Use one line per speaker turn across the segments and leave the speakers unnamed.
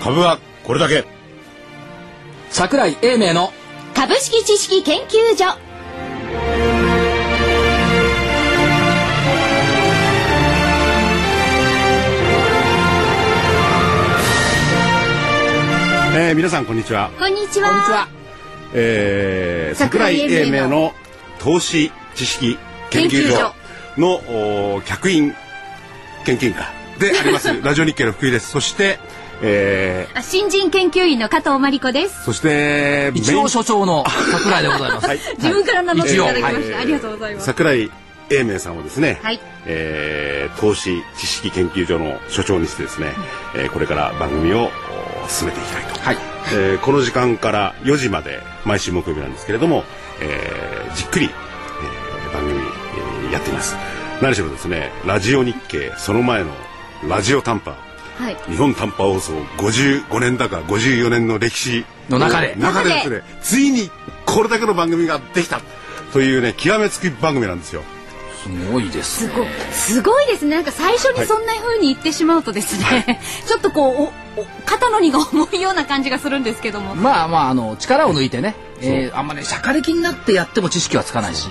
株はこれだけ
桜井英明の
株式知識研究所
えー、皆さんこんにちは、
こんにちは
こんにちは
えー、桜井英明の投資知識研究所のおー客員研究員かであります ラジオ日経の福井ですそして、え
あ新人研究員の加藤真理子です
ー、そして
一応所長の桜井でございます。
自分から名乗っていただきま
一応
し
え
た、
ー
ありがとうございます
桜井英明さんをですね、
はい
えー投資知識研究所の所長にしてですね、えーこれから番組をお進めていきたいと、
はい
えーこの時間から4時まで毎週木曜日なんですけれども、えーじっくり、えー番組、えーやっています何しろですねラジオ日経その前のラジオ短波
はい
日本短波放送55年だか54年の歴史
の中で
中でですねついにこれだけの番組ができたというね極めつき番組なんですよ
すごいです
す
ね。
ごいすごいですねなんか最初にそんな風に言ってしまうとですね、 ちょっとこうおお肩の荷が重いような感じがするんですけども、
まあまあ、あの、力を抜いてね、えーあんまね、しゃかりきになってやっても知識はつかないし、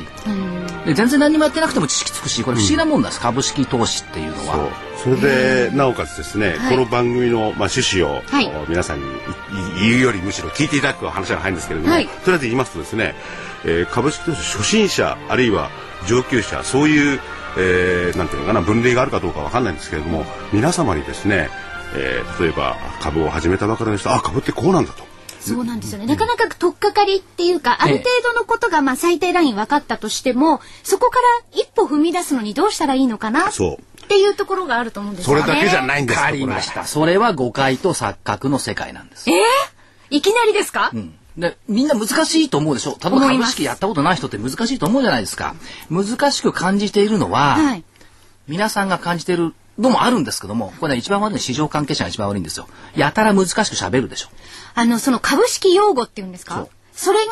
で全然何にもやってなくても知識つくし、これ不思議なもんなんです、株式投資っていうの
そう
は。
それでなおかつですね、
はい
この番組の、まあ、趣旨を、
はい
お皆さんにいい言うよりむしろ聞いていただく話が早いんですけれども、
はい
とりあえず言いますとですね、えー株式投資初心者あるいは上級者そういう、えーなんていうのかな分類があるかどうかわかんないんですけれども皆様にですね、えー例えば株を始めたばかりの人あ株ってこうなんだと。
そうなんですよねなかなか取っかかりっていうかある程度のことがまあ最低ライン分かったとしてもそこから一歩踏み出すのにどうしたらいいのかなっ
そう
ていうところがあると思うんです
そ
よ
れ
ね
だけじゃないんです
わ
よ
かりました。それは誤解と錯覚の世界なんです。
いきなりですか、
でみんな難しいと思うでしょ例えば
思い
株
ます
式やったことない人って難しいと思うじゃないですか難しく感じているのは、
はい
皆さんが感じているのもあるんですけどもこれね一番悪いのは市場関係者が一番悪いんですよやたら難しく喋るでしょ
あの、その株式用語っていうんです
そ
か
う
それが、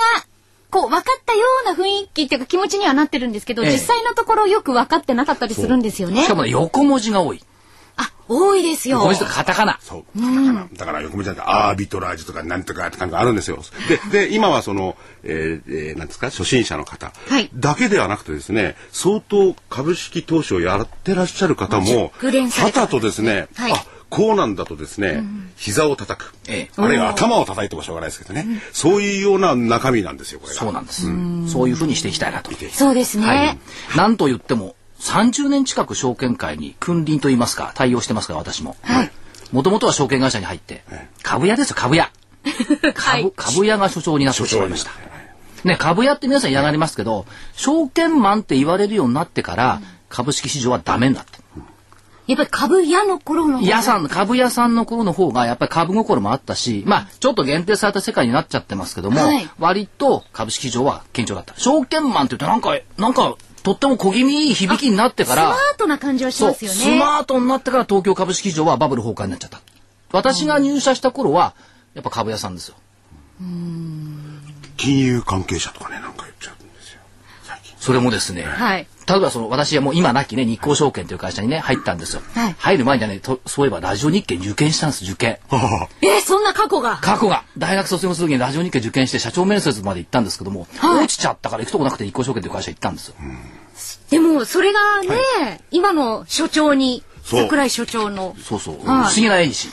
こう、分かったような雰囲気っていうか気持ちにはなってるんですけど、
ええ
実際のところよく分かってなかったりするんですよね
しか。もね横文字が多い
あ、多いですよ。
横文字とかカタカナ
そう。だから、だから横道なんてアービトラージュとかなんとかとかあるんですよ。で、で、今はその、えーえーなんですか、初心者の方、
はい
だけではなくてですね、相当株式投資をやってらっしゃる方も、
熟練された
旗とですね、
はい
あ、こうなんだとですね、膝を叩く、
ええ
あるいは頭を叩いてもしょうがないですけどね、そういうような中身なんですよ、これが。
そうなんですそういうふうにしていきたいなと
そうですね。
はい、なんと言っても30年近く証券会に君臨と言いますか対応してますから私も
はい
もともとは証券会社に入って
ええ
株屋ですよ株屋
はい
株株屋が所長になってしまいました
所長にな
ね株屋って皆さん嫌がりますけど証券マンって言われるようになってから株式市場はダメになって
やっぱり株屋の頃の。
屋さん株屋さんの頃の方がやっぱり株心もあったしまあちょっと限定された世界になっちゃってますけども、
はい
割と株式市場は堅調だった証券マンって言うとなんかなんかとっても小気味いい響きになってか
スマ
ら
ートな感じはし
そう
ますよ
ス
ね。
マートになってから東京株式市場はバブル崩壊になっちゃった私が入社した頃はやっぱ株屋さんですよ
金融関係者とかね、なんか言っちゃうんですよ。最近。
それもですね、
はい。
例えばその私はもう今なきね日興証券という会社にね入ったんですよ、
はい
入る前にはねとそういえばラジオ日経受験したんです受験
えー、そんな過去が。
過去が大学卒業する時にラジオ日経受験して社長面接まで行ったんですけども、
はい
落ちちゃったから行くとこなくて日興証券という会社行ったんですよ、
でも、それがね、今の所長に、
そう
桜井所長の。
そうそう、
はい
不思議な演習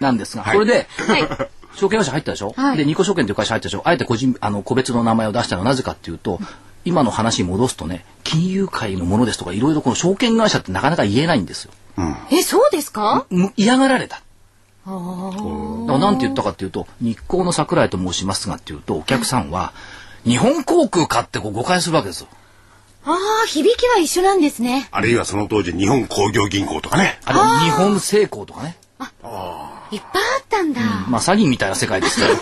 なんですが、
はい
これで、
はい。
証券会社入ったでしょ、
はい
で、ニコ証券という会社入ったでしょあえて個人、あの、個別の名前を出したのはなぜかっていうと、今の話に戻すとね、金融界のものですとか、いろいろこの証券会社ってなかなか言えないんですよ。
え、そうですか
む嫌がられた。
あー
だからなんて言ったかっていうと、日光の桜井と申しますがっていうと、お客さんは、日本航空かってこう誤解するわけですよ。
あー、響きは一緒なんですね。
あるいはその当時、日本工業銀行とかね。
あれは日本成功とかね。
いっぱいあったんだ。
まあ詐欺みたいな世界です けど。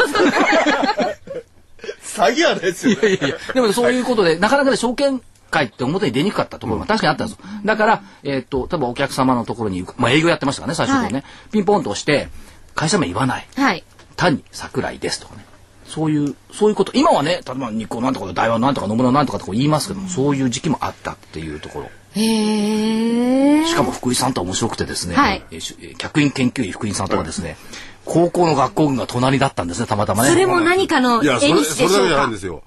詐欺はですよ。
いやいやでもねそういうことで、なかなかね、証券会って表に出にくかったところが確かにあったんですよ。だから、えーっと、多分お客様のところに行く、まあ営業やってましたからね、最初の頃ね、ピンポンと押して、会社名言わない。
はい。
単に桜井ですとかね。そういう、そういうこと。今はね、例えば日光なんとか、大和なんとか、野村なんとかとか言いますけども、そういう時期もあったっていうところ。
へえ。
しかも福井さんとは面白くてですね、
はい
えーしえー客員研究員福井さんとはですね、高校の学校群が隣だったんですね、たまたまね。
それも何かの
いや、そ
縁
れ、
でし
それ
で
だ
しょ
け
う
じゃない
か
んですよ。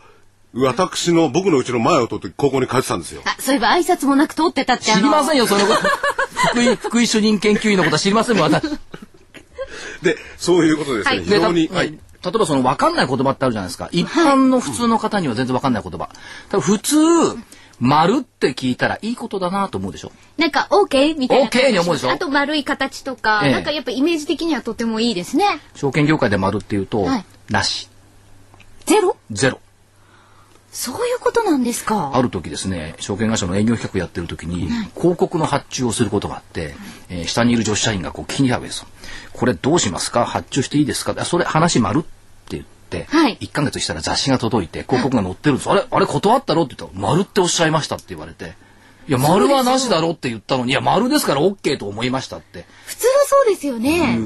私の、僕のうちの前を通って高校に通ってたんですよ。
あ、そういえば挨拶もなく通ってたって
知りませ
ん
んよ、その こと。福井、福井主任研究員のことは知りませんよ、私。
で、そういうことですね。
はい
非常に、
でた
は
う
い
ん。例えばその分かんない言葉ってあるじゃないですか。一般の普通の方には全然分かんない言葉。多分普通、丸って聞いたらいいことだなと思うでしょ。
なんか、OK? みたいな。
OK に思うでしょ
あと丸い形とか、
ええ
なんかやっぱイメージ的にはとてもいいですね。
証券業界で丸っていうと、
はい
なし、
ゼロ
ゼロ。
そういうことなんですか。
ある時ですね、証券会社の営業企画やってる時に、広告の発注をすることがあって、えー下にいる女子社員がこう聞きに来たわけですよ。これどうしますか発注していいですかあそれ話丸って言って、
はい
1ヶ月したら雑誌が届いて、広告が載ってるんです。あれあれ断ったろって言ったら、丸っておっしゃいましたって言われて、いや、丸はなしだろって言ったのに、いや、丸ですから OK と思いましたって。
普通はそうですよね。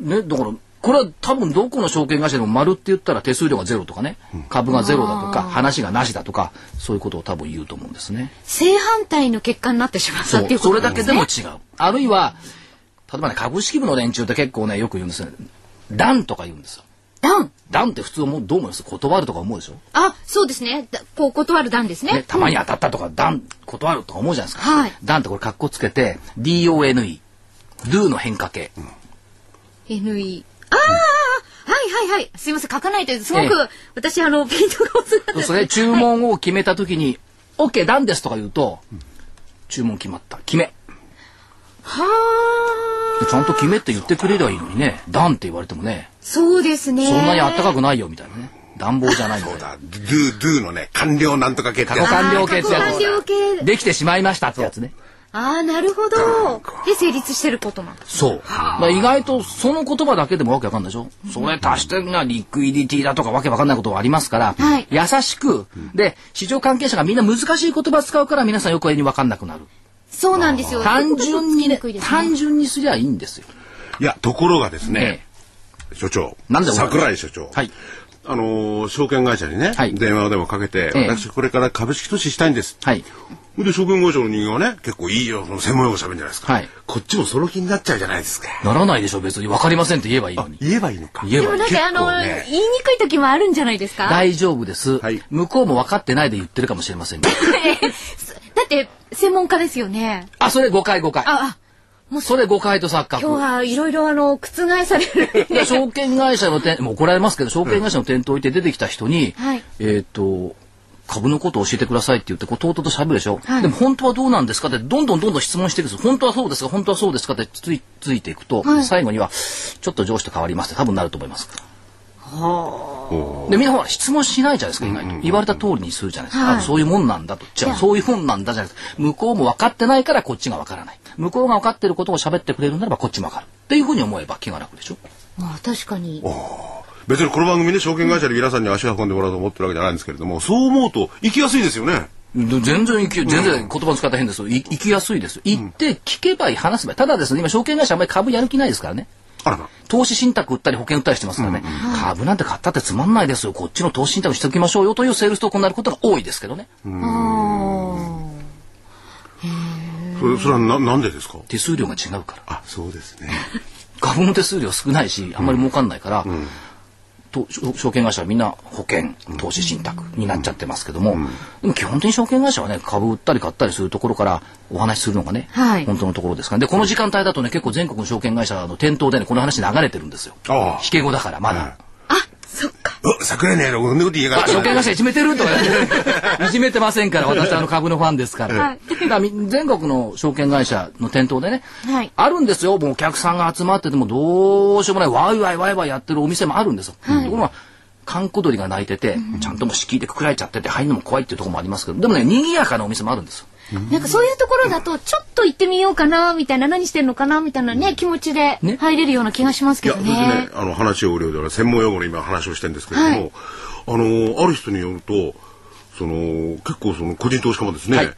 ね、だから、これは多分どこの証券会社でも丸って言ったら手数料がゼロとかね、株がゼロだとか、話がなしだとか、そういうことを多分言うと思うんですね。
正反対の結果になってしまった
そ、
っていううこ
そ
と
れ
な
だ
ん
け
です
でも
ね。
違う。あるいは、例えばね、株式部の連中って結構ね、よく言うんですよ。ダンとか言うんですよ。
ダン。
ダンって普通思う、どう思います断るとか思うでしょ
あ、そうですね。だこう断るダンですね。
ね、たまに当たったとか、ダン、断るとか思うじゃないですか。
はい
ダンってこれ格好つけて、DONE、do の変化形。
NE。ああ、はいはいはい。すいません、書かないという、すごく、
ええ
私、あの、ピントが落ちたんです
それで注文を決めた時に、OK、ダンですとか言うと、注文決まった。決め。
はあ。
ちゃんと決めって言ってくれりゃいいのにね、ダンって言われてもね、
そうですね。
そんなにあった
か
かくないよみたいなね。暖房じゃないみたいな。
だ do, do のね、完了なんとか系って
過去
や
完了形ってや
過去完了
つ
形
できてしまいましたってやつね
ああ、なるほど。で、成立してることなんです。
そうまあ意外とその言葉だけでもわけわかんないでしょそれ足してがリクイディティだとかわけわかんないことがありますから、
はい
優しくで市場関係者がみんな難しい言葉使うから皆さんよくにわかんなくなる
そうなんですよ。
単純にね
そういうことがつき
単
にくいですね
純にすりゃいいんですよ、
いや、ところがですね
え、
所長。
なんでございます
桜井所長。
はい
あのー証券会社にね、
はい
電話でもかけて、
ええ
私これから株式投資したいんです。
はい
で、証券会社の人間はね、結構いいよ、その専門用語喋るんじゃないですか。
はい
こっちもその気になっちゃうじゃないですか。
ならないでしょ別にわかりませんって言えばいいのに
言えばいいのか。
言え
で
ば
も
いい
なんか、あの、
結構ね
言いにくい時もあるんじゃないですかだ
大丈夫です、
はい
向こうも分かってないで言ってるかもしれませんが
って、専門家ですよね。
あそれ誤解誤解
あ、あ
それ誤解と錯覚
今日はいろいろ、あの、覆される。
いや証券会社の店もう怒られますけど証券会社の店頭行って出てきた人に、
はい
えっ、と株のことを教えてくださいって言ってこうとうとうと喋るでしょ、
はい
でも本当はどうなんですかってどんどんどんどん質問していくんです本当はそうですか本当はそうですかってついついていくと、
はい
最後にはちょっと上司と変わりますって多分なると思いますでみんなほら質問しないじゃないですか意外と言われた通りにするじゃないですか、
はい
あそういうもんなんだとじゃあそういうもんなんだじゃないですか向こうも分かってないからこっちが分からない向こうが分かってることを喋ってくれるならばこっちも分かるっていうふうに思えば気が楽でしょ
まあ、確かに。
別にこの番組で証券会社で皆さんに足を運んでもらおうと思ってるわけじゃないんですけれども、そう思うと行きやすいですよね。
で全然行き、全然言葉の使い方変ですよ。い行きやすいですよ。行って聞けばいい、話せばいい。ただですね、今証券会社あんまり株やる気ないですからね。
あらら。
投資信託売ったり保険売ったりしてますからね。株なんて買ったってつまんないですよ。こっちの投資信託しておきましょうよというセールストークになることが多いですけどね。
それ、それはな、なんでですか
手数料が違うから。
あ、そうですね。
株の手数料少ないし、あんまり儲かんないから、と証証券会社はみんな保険、投資信託になっちゃってますけども、でも基本的に証券会社はね、株売ったり買ったりするところからお話しするのがね、
はい
本当のところですから。で、この時間帯だとね、結構全国の証券会社の店頭でね、この話流れてるんですよ。
ああ
引け後だから、まだ。
あ、そっか。
うっ桜井ねえの、こんなこと言いやがっ
あ
て
証券会社いじめてるとか言っていじめてませんから、私あの株のファンですから。
はい
だからみ全国の証券会社の店頭でね、
はい
あるんですよ。もうお客さんが集まっててもどうしようもない、ワイワイワイワイやってるお店もあるんですよ。ところが、閑古鳥が鳴いてて、ちゃんともう敷居でくくられちゃってて、入るのも怖いっていうところもありますけど、でもね、賑やかなお店もあるんですよ。
なんかそういうところだと、ちょっと行ってみようかな、みたいな、何してんのかな、みたいなね、気持ちで
ね
入れるような気がします
い
け
や、
ど
それでね
ね、。
あの、話を横領では専門用語の今話をしてるんですけれども、あの、ある人によると、その、結構その、個人投資家もですね、
はい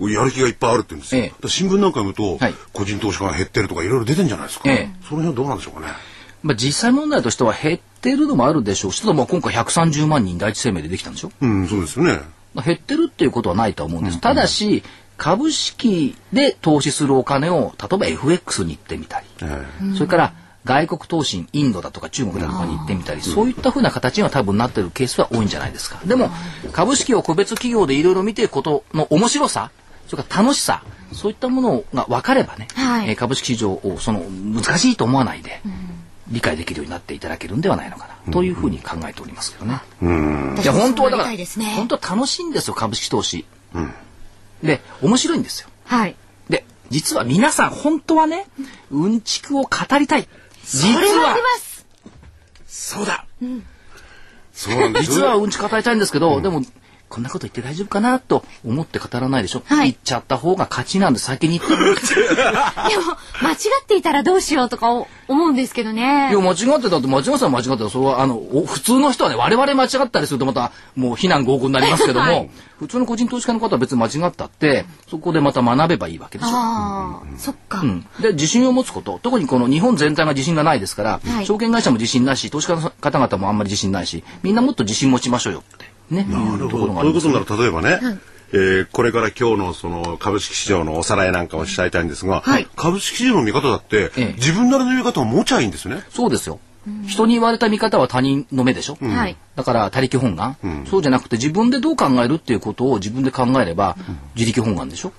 やる気がいっぱいあるって言うんですよ。
ええ
だから新聞なんか読むと、
はい
個人投資家が減ってるとかいろいろ出てんじゃないですか。
ええ
その辺はどうなんでしょうかね。
まあ、実際問題としては減ってるのもあるでしょうし、ただまあ今回130万人第一生命でできたんでしょ
うん、そうですよね。
減ってるっていうことはないとは思うんです。ただし、株式で投資するお金を、例えば FX に行ってみたり、
え
それから外国投資、インドだとか中国だとかに行ってみたり、そういったふうな形には多分なってるケースは多いんじゃないですか。でも、株式を個別企業でいろいろ見ていくことの面白さ、それから楽しさ、そういったものが分かればね、
はい
えー株式市場をその難しいと思わないで、理解できるようになっていただけるんではないのかな、というふうに考えておりますけどね。い
私
や
も
本当は
そう
だ
な
から、
りたいですね。
本当は楽しいんですよ株式投資、で面白いんですよ
はい。
で実は皆さん本当はねうんちくを語りたい実
これはあ
は
ります。
そうだ
そうなんです
実はうんちく語りたいんですけど、でもこんなこと言って大丈夫かなと思って語らないでしょ、
はい
言っちゃった方が勝ちなんで先に言ってる
でも、間違っていたらどうしようとか思うんですけど
い
ね
や。間違ってたって間違ってたら間違ってたそれはあのお普通の人はね我々間違ったりするとまたもう非難合合になりますけども、
はい
普通の個人投資家の方は別に間違ったってそこでまた学べばいいわけでしょ
ああ、そっか。
で自信を持つこと特にこの日本全体が自信がないですから、
はい
証券会社も自信ないし投資家の方々もあんまり自信ないしみんなもっと自信持ちましょうよってねいうところがあ
そうい
り
うこ
ます
となら例えばね、えーこれから今日のその株式市場のおさらいなんかをしたいたいんですが、
はい
株式市場の見方だって、
ええ
自分なりの見方を持ちゃいいんですね。
そうですよ人に言われた見方は他人の目でしょ、
はい
だから他力本願、そうじゃなくて自分でどう考えるっていうことを自分で考えれば自力本願でしょ、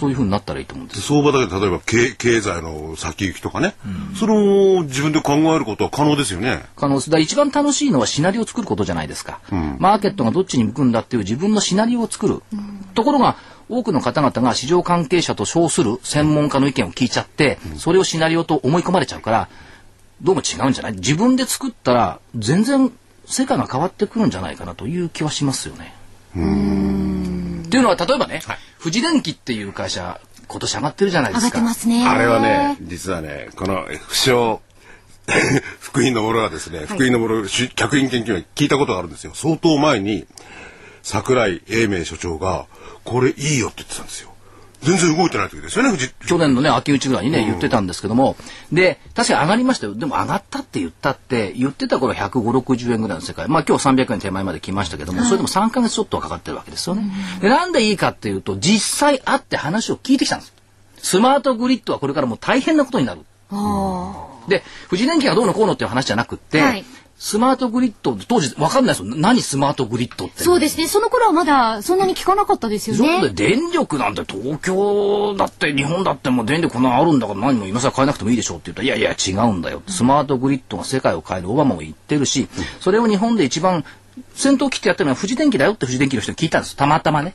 そういうふうになったらいいと思うんです
相場だけで例えば経経済の先行きとかね、それを自分で考えることは可能ですよね。
可能性だ一番楽しいのはシナリオを作ることじゃないですか、マーケットがどっちに向くんだっていう自分のシナリオを作る、ところが多くの方々が市場関係者と称する専門家の意見を聞いちゃって、それをシナリオと思い込まれちゃうからどうも違うんじゃない自分で作ったら全然世界が変わってくるんじゃないかなという気はしますよね。っていうのは例えばね、富士電機っていう会社今年上がってるじゃないで
上が
す
って
か。
ますね。
あれはね、実はね、この不詳、 福井のものはですね、福井のもの、し客員研究員聞いたことがあるんですよ。相当前に、桜井英明所長が、これいいよって言ってたんですよ。全然動いてない時ですよね、藤井
去年のね、秋口ぐらいにね、言ってたんですけども、で、確かに上がりましたよ。でも上がったって言ったって、言ってた頃は150、60円ぐらいの世界。まあ今日300円手前まで来ましたけども、それでも3ヶ月ちょっとはかかってるわけですよね。で、なんでいいかっていうと、実際会って話を聞いてきたんです。スマートグリッドはこれからもう大変なことになる。
あ
で、富士電機がどうのこうのっていう話じゃなくって、
はい
スマートグリッド、当時わかんないですよ。何スマートグリッドって。
ーそうですね。その頃はまだそんなに聞かなかったですよ
そ
ね。
うで電力なんて東京だって日本だってもう電力こんなのあるんだから何も今更変えなくてもいいでしょうって言ったらいやいや違うんだよってスマートグリッドが世界を変えるオバマも言ってるしそれを日本で一番先頭を切ってやってるのは富士電機だよって富士電機の人に聞いたんですたまたまね。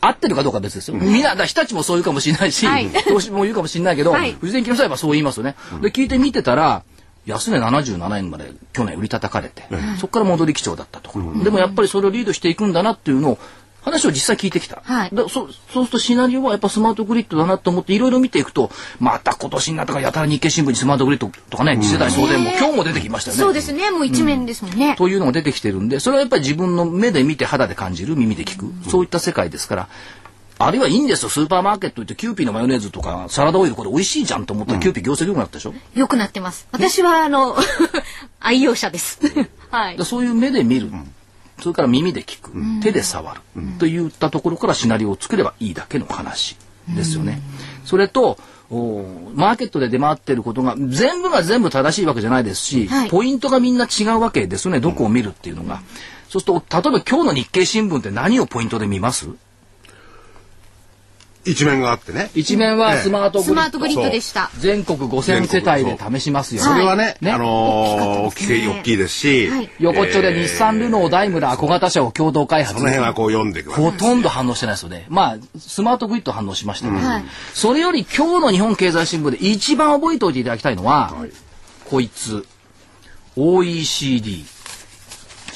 合ってるかどうかは別ですよ。みんな、だから日立もそう言うかもしれないし、
はい
投資も言うかもしれないけど、
はい
富士電機の人はやっぱそう言いますよね。で、聞いてみてたら、安値77円まで去年売り叩かれて、そこから戻り基調だったところ、でもやっぱりそれをリードしていくんだなっていうのを、話を実際聞いてきた。
はい
だそそうするとシナリオはやっぱスマートグリッドだなと思っていろいろ見ていくと、また今年になったからやたら日経新聞にスマートグリッドとかね、次世代送電も今日も出てきましたよね。
そうですね。もう一面ですもんね。
というのが出てきてるんで、それはやっぱり自分の目で見て、肌で感じる、耳で聞く、そういった世界ですから、あるいはいいんですよ、スーパーマーケット行って、キューピーのマヨネーズとか、サラダオイル、これ美味しいじゃんと思ったら、キューピー業績良くなったでしょ、だか
良くなってます。私は、あの、 愛用者です。はい
ら。そういう目で見る、それから耳で聞く、手で触る、といったところからシナリオを作ればいいだけの話ですよね。それとおマーケットで出回っていることが全部が全部正しいわけじゃないですし、
はい
ポイントがみんな違うわけですよねどこを見るっていうのが、そうすると例えば今日の日経新聞って何をポイントで見ます
一面があってね。
一面はスマートグ
ス
リ
マ
ッ
ー
ド、
トグリッドでした。
全国5000世帯で試しますよ、
それは
は
ね、
ね
あのー、大きく
大きかったですね
大きいですし、
はい
横っちょで日産ルノーダイムラー小型車を共同開
そ
発
の辺はこう読んでいくわけ
ほとんど反応してないですよね。まあ、スマートグリッド反応しましたけど、
はい
それより今日の日本経済新聞で一番覚えておいていただきたいのは、こいつ、OECD。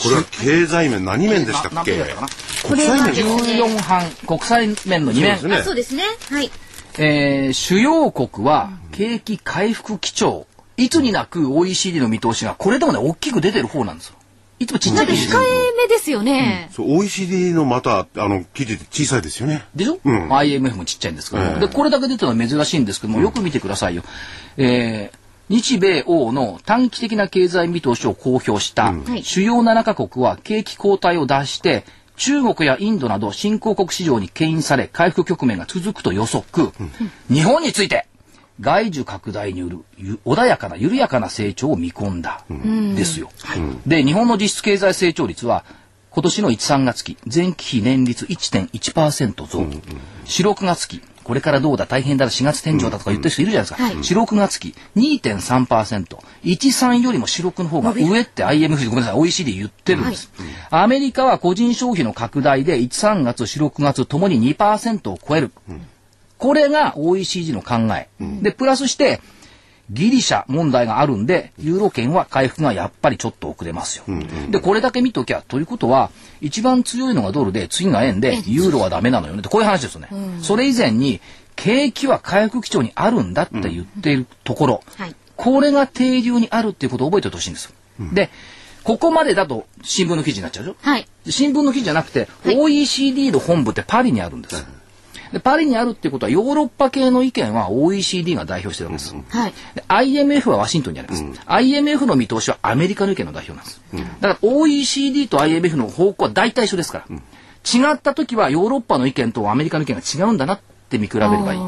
これは経済面何面でした
な
っ
何
け
面だったかな
国際面
これは
14版、国際面の2面。
ね
あそうですね。はい。
えー主要国は景気回復基調。いつになく OECD の見通しが、これでもね、大きく出てる方なんですよ。いつもちっちゃ
ないんか
記
控
事で
えめですよね。
そう OECD のまた、あの、記事って小さいですよね。
でしょ、
うん
まあ ?IMF もちっちゃいんですけど、
ええ
で、これだけ出てるのは珍しいんですけども、よく見てくださいよ。えー日米欧の短期的な経済見通しを公表した
はい
主要7カ国は景気後退を脱して中国やインドなど新興国市場に牽引され回復局面が続くと予測、日本について外需拡大によるゆ穏やかな緩やかな成長を見込んだ、ですよ、で日本の実質経済成長率は今年の1、3月期、前期比年率1.1%増。四六月期、これからどうだ、大変だ、4月天井だとか言ってる人いるじゃないですか。四六月期、2.3%。13よりも四六の方が上って IMF、ごめんなさい、OECD 言ってるんです。アメリカは個人消費の拡大で1、3月、四六月ともに2%を超える。これが OECD の考え。で、プラスして、ギリシャ問題があるんで、ユーロ圏は回復がやっぱりちょっと遅れますよ。で、これだけ見ときゃ、ということは、一番強いのがドルで、次が円で、ユーロはダメなのよねって、こういう話ですよね。それ以前に、景気は回復基調にあるんだって言っているところ、
はい
これが定流にあるっていうことを覚えておいてほしいんですよ。で、ここまでだと新聞の記事になっちゃうでしょ
はい。
新聞の記事じゃなくて、
はい
OECD の本部ってパリにあるんです。でパリにあるっていうことはヨーロッパ系の意見は OECD が代表してるわけです。
はい。
で IMF はワシントンにあります、IMF の見通しはアメリカの意見の代表なんです、だから OECD と IMF の方向は大体一緒ですから、違った時はヨーロッパの意見とアメリカの意見が違うんだなって見比べればいい、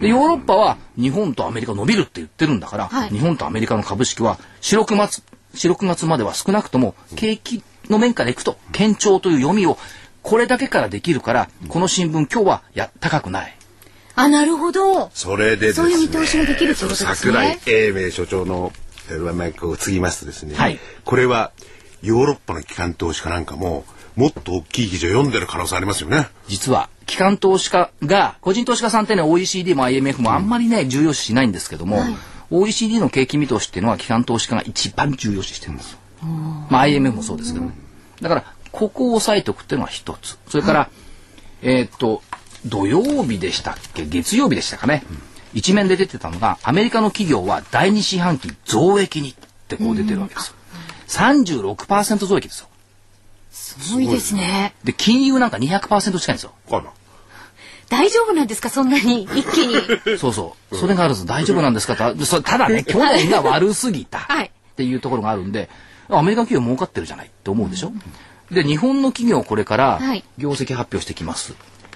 でヨーロッパは日本とアメリカ伸びるって言ってるんだから、
はい
日本とアメリカの株式は四六月四六月までは少なくとも景気の面からいくと堅調という読みをこれだけからできるからこの新聞今日はや高くない
あ、なるほど。
それでです
そう
ね
いう見通しができるということです
桜井
ね。
英明所長のえーマイクを継ぎますとですね、
はい
これはヨーロッパの機関投資家なんかももっと大きい記事を読んでる可能性ありますよね。
実は機関投資家が個人投資家さんってね OECD も IMF もあんまりね、重要視しないんですけども、OECD の景気見通しっていうのは機関投資家が一番重要視してるんですよ。まあ、IMF もそうですけどね。だからここを押さえておくっていうのは一つそれから、えーっと土曜日でしたっけ月曜日でしたかね、一面で出てたのがアメリカの企業は第二四半期増益にってこう出てるわけですよ。36%増益ですよ。
すごいですね。
で金融なんか200%近いんですよ。
あら
大丈夫なんですかそんな に一気に。
そうそう。それがあるぞ。大丈夫なんですかとあそただね、去年が悪すぎた。
はい
っていうところがあるんで、アメリカ企業儲かってるじゃないって思うでしょ。で、日本の企業これから
はい
業績発表してきます。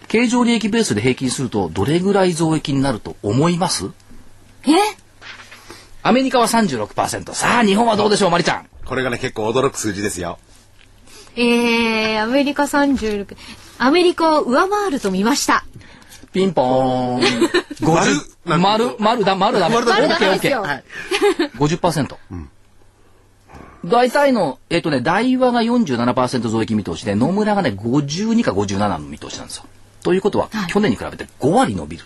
経常利益ベースで平均するとどれぐらい増益になると思います
え
アメリカは36%。さあ、日本はどうでしょう、マリちゃん。
これがね結構驚く数字ですよ。
えー、アメリカ36、アメリカを上回ると見ました。
ピンポーン。50丸、丸だ、丸だ、丸だ、
丸だ丸
オ
で
ッ
す
ケー
よ
オッケー。50%。大体の、えっ、とね、大和が47%増益見通しで、野村がね、52か57の見通しなんですよ。ということは、
はい
去年に比べて5割伸びる。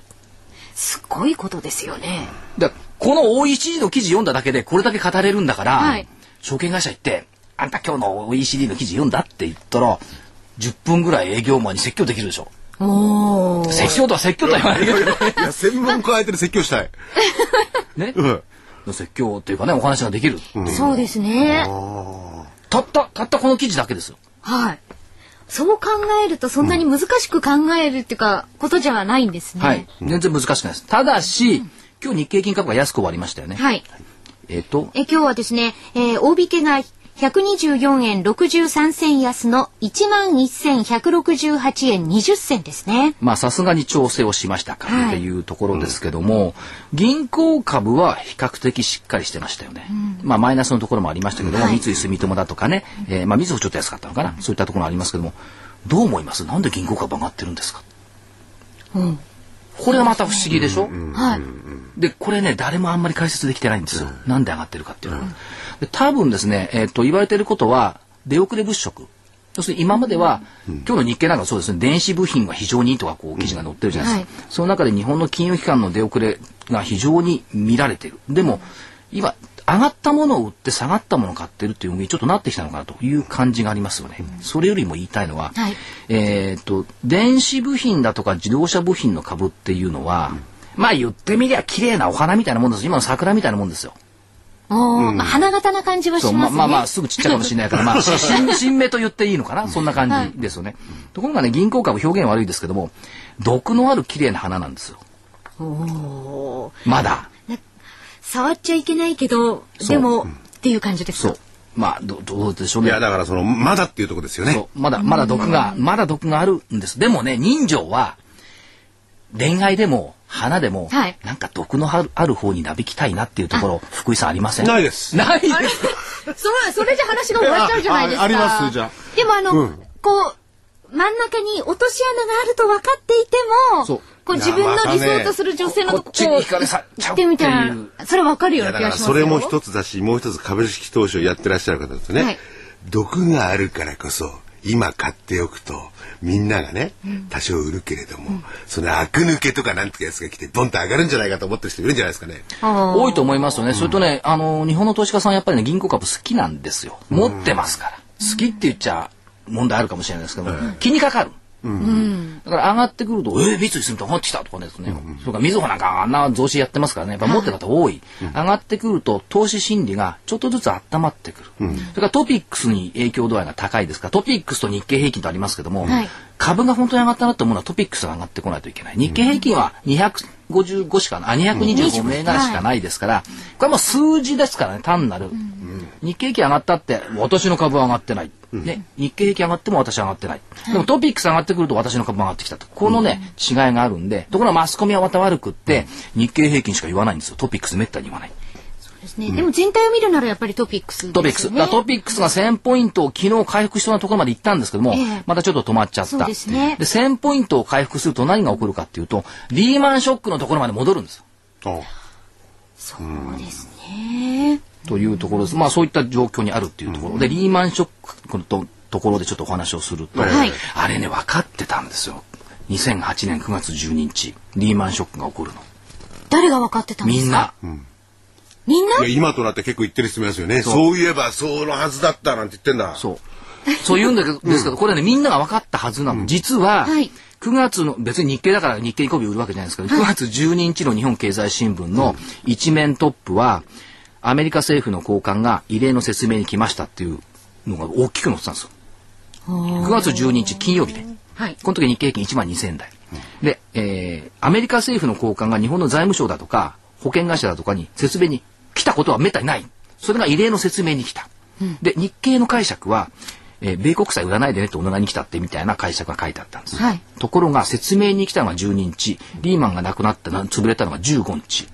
すごいことですよね。
だこの OECD の記事読んだだけで、これだけ語れるんだから、
はい
証券会社行って、あんた今日の OECD の記事読んだって言ったら、10分ぐらい営業マンに説教できるでしょ。
おー。
説教とは説教とは言わないけど。
いや専門家相手で説教したい。
ね。
うん。
説教っていうかね、お話ができる。
そうですね。
たった、たったこの記事だけですよ。
はい。そう考えるとそんなに難しく考えるっていうか、ことじゃないんですね。
はい。。全然難しくないです。ただし、今日日経金株が安く終わりましたよね。
はい。
えっと、
え今日はですね、えー、大引けが124円63銭安の11,168円20銭ですね。
まあさすがに調整をしましたか
はい
っていうところですけども、銀行株は比較的しっかりしてましたよね。まあマイナスのところもありましたけども、
はい
三井住友だとかね、えーまあみずほちょっと安かったのかな、そういったところありますけども、どう思いますなんで銀行株上がってるんですか、これがまた不思議でしょ、
はい。
でこれね誰もあんまり解説できてないんですよ、なんで上がってるかっていうのは、で多分ですね、えっと言われてることは出遅れ物色要するに今までは、今日の日経なんかそうですね電子部品が非常にいいとかこう記事が載ってるじゃないですか、
は
その中で日本の金融機関の出遅れが非常に見られてるでも今上がったものを売って下がったものを買ってるっていう動きにちょっとなってきたのかなという感じがありますよね、それよりも言いたいのは、
はい
えー、と電子部品だとか自動車部品の株っていうのは、まあ言ってみりゃ綺麗なお花みたいなもんです今の桜みたいなもんですよ。
おー、まあ花形な感じはし
そう
ま
ます
ね。
あまあすぐちっちゃいかもしれないから、ま あ、し新新芽と言っていいのかなそんな感じですよね。ところがね銀行株表現悪いですけども毒のある綺麗な花なんですよ
おー
まだ。
触っちゃいけないけど、でも、っていう感じです
そ
か
う。まあ、どどうでしょう
い
ね。
や、だからその、まだっていうとこですよね
そ。うまだ、まだ毒が、まだ毒があるんです。でもね、人情は、恋愛でも、花でも、
はい
なんか毒のあるある方になびきたいなっていうところ、福井さんありません
ないです
ないですか
それ、それじゃ話が終わっちゃうじゃないですか。
ああありますじゃあ
でもあの、
うん
こう、真ん中に落とし穴があると分かっていても、
そう
こう自分の理想とする女性のと
こ
こ
っちに惹かれさちゃう
行っ
って
て
いう
みたら、それ分かる
い
よう
や、
な
だか
気が
ら
します
それも一
つ。
つだし、もう一つ株式投資をやってらっしゃる方だとね、
はい
毒があるからこそ、今買っておくと、みんながね、多少売るけれども、その悪抜けとかなんてやつが来て、ドンと上がるんじゃないかと思ってる人いるんじゃないですかね。
あー
多いと思いますよね。それとね、あの、日本の投資家さんやっぱりね、銀行株好きなんですよ。持ってますから。好きって言っちゃ問題あるかもしれないですけども、気にかかる。だから上がってくると、えー、三井住友上がってきたとかね、それからみずほなんかあんな増資やってますからね、やっぱ持ってる方多い。上がってくると、投資心理がちょっとずつ温まってくる。それからトピックスに影響度合いが高いですから、トピックスと日経平均とありますけども、
はい
株が本当に上がったなと思うのはトピックスが上がってこないといけない。日経平均は255しかな、あ、225銘柄しかないですから、これはもう数字ですからね、単なる。日経平均上がったって、私の株は上がってない。ね、日経平均上がっても私は上がってない。でもトピックス上がってくると私の株も上がってきたと。このね、違いがあるんで、ところがマスコミはまた悪くって、日経平均しか言わないんですよ。トピックスめったに言わない。
ですね。でも全体を見るならやっぱりトピックスですよね。
トピックス。だからトピックスが1000ポイントを昨日回復しそうなところまで行ったんですけども、
ええ
またちょっと止まっちゃった。
そうですね
で1000ポイントを回復すると何が起こるかっていうと、リーマンショックのところまで戻るんですよ。
そうですね。
というところです。まあそういった状況にあるっていうところで、リーマンショックのとところでちょっとお話をすると、
はい
あれね、分かってたんですよ。2008年9月12日、リーマンショックが起こるの。
誰が分かってたんで
み
す
ん
か
な。
みんない
や、今となって結構言ってる人もいますよね。
そう
そういえば、そうのはずだったなんて言ってんだ。
そう。そう言うんだけど、ですけど、これね、みんなが分かったはずなの。実は、
はい
9月の、別に日経だから日経に媚び売るわけじゃないですけど、9月12日の日本経済新聞の一面トップは、アメリカ政府の高官が異例の説明に来ましたっていうのが大きく載ってたんですよ。9月12日金曜日で。
はい。
この時日経平均1万2000台。で、えーアメリカ政府の高官が日本の財務省だとか、保険会社だとかに説明に来たことはめったにない。それが異例の説明に来た。で、日経の解釈は、えー米国債売らないでねってお願いに来たってみたいな解釈が書いてあったんです。
はい
ところが説明に来たのが12日、リーマンが亡くなったな、潰れたのが15日。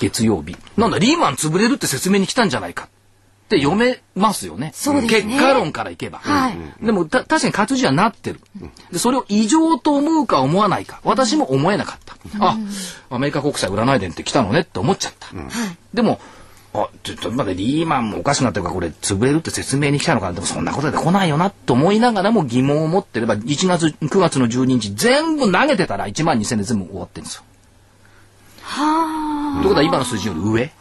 月曜日。なんだ、リーマン潰れるって説明に来たんじゃないかって読めますよね。
そうですね
結果論からいけば。
はい
でもた確かに活字はなってる。でそれを異常と思うか思わないか私も思えなかった。あアメリカ国債売らないでって来たのねって思っちゃった。でもあちょっと待ってリーマンもおかしくなってるからこれ潰れるって説明に来たのかなでもそんなことで来ないよなと思いながらも疑問を持ってれば1月9月の12日全部投げてたら1万2000で全部終わってるんですよ。
はあ。
ということは今の数字より上。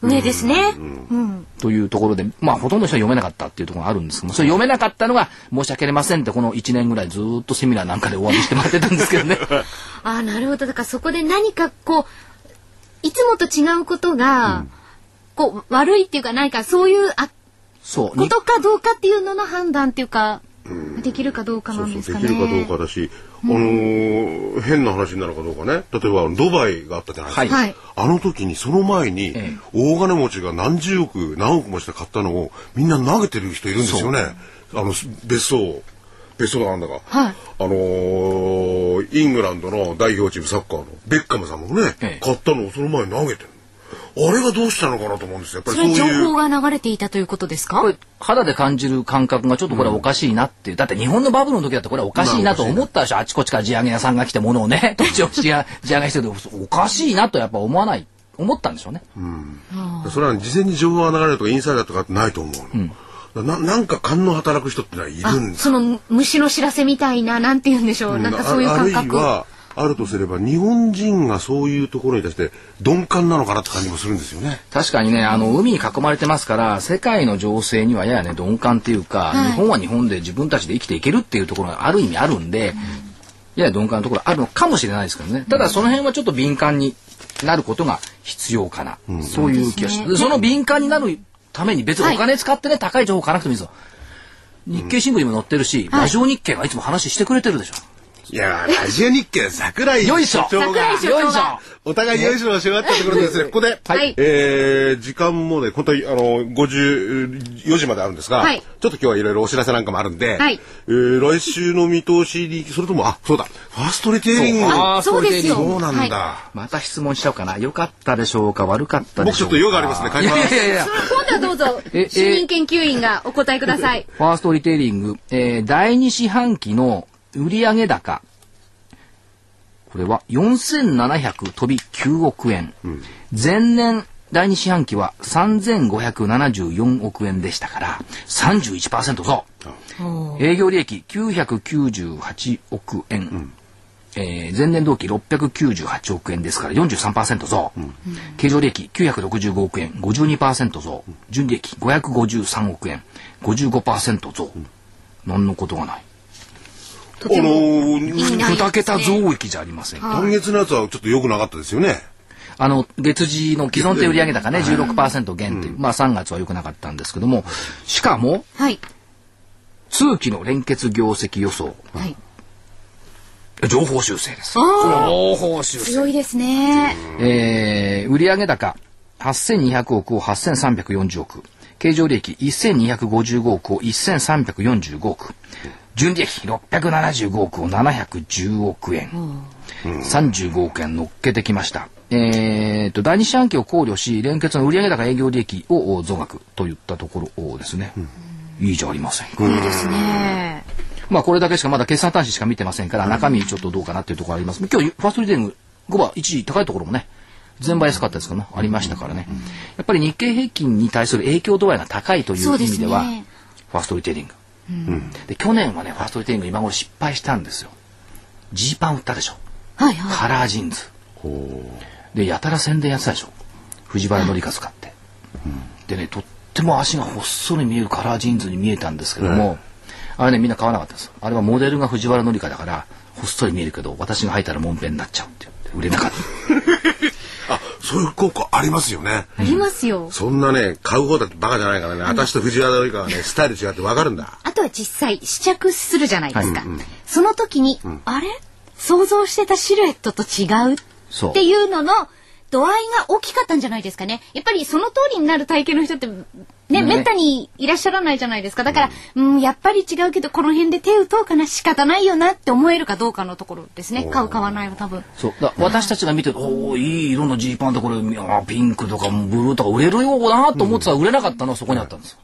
上ですね。うん。
というところで、まあ、ほとんどの人は読めなかったっていうところがあるんですけども、それ読めなかったのが、申し訳ありませんって、この1年ぐらいずーっとセミナーなんかでお詫びしてもらってたんですけど ね。
ああ、なるほど。だからそこで何かこう、いつもと違うことが、こう、悪いっていうか、何かそういうあ
そう。
こ
に
とかどうかっていうのの判断っていうか、できるかどうか
そ
な
うんそう
ですか
で
ね。
きるかどうかだし、あのー変な話になるかどうかね例えばドバイがあったじゃないですか、
はい
あの時にその前に
え
大金持ちが何十億何億もして買ったのをみんな投げてる人いるんですよねあのす別荘を別荘だなんだか、
はい
あのーイングランドの代表チームサッカーのベッカムさんもね、
ええ
買ったのをその前に投げてるあれがどうしたのかなと思うんですよやっぱ
そ
りそう
れ情
いう
報が流れていたということですか
これ肌で感じる感覚がちょっとこれはおかしいなっていう。だって日本のバブルの時だってこれはおかしいなと思ったでしょ。あちこちから地上げ屋さんが来て物をね、 土地を地上地上げしてると、おかしいなとやっぱ思わない、思ったんでしょうね。
それは事前に情報が流れるとかインサイダーとかってないと思うの、ななんか勘の働く人ってのはい
あ
るんだ
その虫の知らせみたいな、なんて言うんでしょう。なんかそういう感
ああるい
覚。
はあるとすれば日本人がそういうところに対して鈍感なのかなって感じもするんですよね。
確かにね、あの、海に囲まれてますから、世界の情勢にはややね、鈍感っていうか、
は
日
い
本は日本で自分たちで生きていけるっていうところがある意味あるんで、やや鈍感なところあるのかもしれないですけどね。ただその辺はちょっと敏感になることが必要かな。そういう気がします。その敏感になるために別にお金使ってね、高い情報買わなくてもいいんですよ。日経新聞にも載ってるし、ラジオ日経がいつも話してくれてるでしょ。
いや、ラジオ日経桜井
よいしょ
所長が
桜井所長が
よいしょ
お互いよいしょをし終わったところでですね、ここで、
はい
えー、時間もね、本当に、あの、54時まであるんですが、
はい
ちょっと今日はいろいろお知らせなんかもあるんで、
はい
えー、来週の見通しに、それとも、あ、そうだ、ファーストリテイリング。
そう
あ
あー
そうですよ。
そうなんだ。
はい
また質問しちゃおうかな。良かったでしょうか悪かったで
僕
し
ち
ょ
ょっ
うか
と用がありますね、会
いやい
話。
やいやいや。
今度はどうぞ
ええ、
主任研究員がお答えください。
ファーストリテイリング、えー第2四半期の売上高、これは4700飛び9億円。前年、第2四半期は3574億円でしたから、31%増。営業利益998億円。えー前年同期698億円ですから43%増、経常利益965億円52%増純利益553億円55%増、何のことがない
あ
とて
の
も。
ー、
ないですね
2桁増益じゃありませんか
今月のやつはちょっと良くなかったですよね。
あの月次の既存手売上高ね16%減という、まあ3月は良くなかったんですけどもしかも
はい。
通期の連結業績予想
はい。
情報修正です
あ
情報修
あ、強いですね。
えー、売上高8200億を8340億経常利益1255億を1345億純利益675億を710億円、35億円乗っけてきましたえー、と第二四半期を考慮し連結の売上高営業利益を増額といったところですね、いいじゃありませんか、
いいですね。
まあこれだけしかまだ決算端子しか見てませんから中身ちょっとどうかなっていうところあります今日ファーストリテイリング5番一時高いところもね全倍安かったですけどねありましたからねやっぱり日経平均に対する影響度合いが高いという
そ
意
うで
味
す
で
ね
はファーストリテイリング、で去年はねファーストリテイリング今頃失敗したんですよジーパン売ったでしょ
はいはい。
カラージーンズでやたら宣伝やってたでしょ藤原紀香使って、でねとっても足がほっそり見えるカラージーンズに見えたんですけども、あれねみんな買わなかったんですあれはモデルが藤原紀香だからほっそり見えるけど私が履いたらもんぺになっちゃうって言って売れなかった
あ、そういう効果ありますよね。
ありますよ。
そんなね、買う方だってバカじゃないからね、私と藤原紀香はね、スタイル違って分かるんだ。
あとは実際試着するじゃないですか。その時に、あれ想像してたシルエットと違う
そう
っていうのの度合いが大きかったんじゃないですかね。やっぱりその通りになる体型の人ってね、めったにいらっしゃらないじゃないですか。だから、うん、やっぱり違うけど、この辺で手打とうかな、仕方ないよなって思えるかどうかのところですね。買う、買わないは多分。
そうだ私たちが見てるおおいい色のジーパンだこれあピンクとかブルーとか売れるようだなと思ってたら売れなかったのはそこにあったんですよ、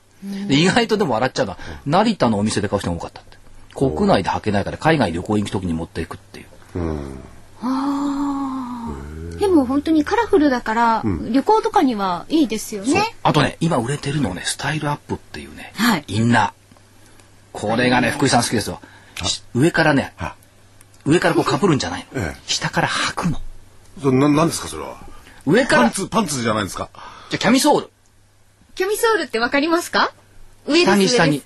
で意外とでも笑っちゃうのは成田のお店で買う人が多かったって国内で履けないから海外旅行行く時に持っていくっていう
でも本当にカラフルだから、旅行とかにはいいですよね。
あとね今売れてるのねスタイルアップっていうね、
はい
インナーこれがね福井さん好きですよし上からね
は
上からこうかぶるんじゃないの、
ええ
下から履くの
それななんですか、それは。
上か
パン
らじ
ツ、パンツじゃないですか。
ゃキャミソール
キャミソールってわかりますか上です
下
上で
に
す
下に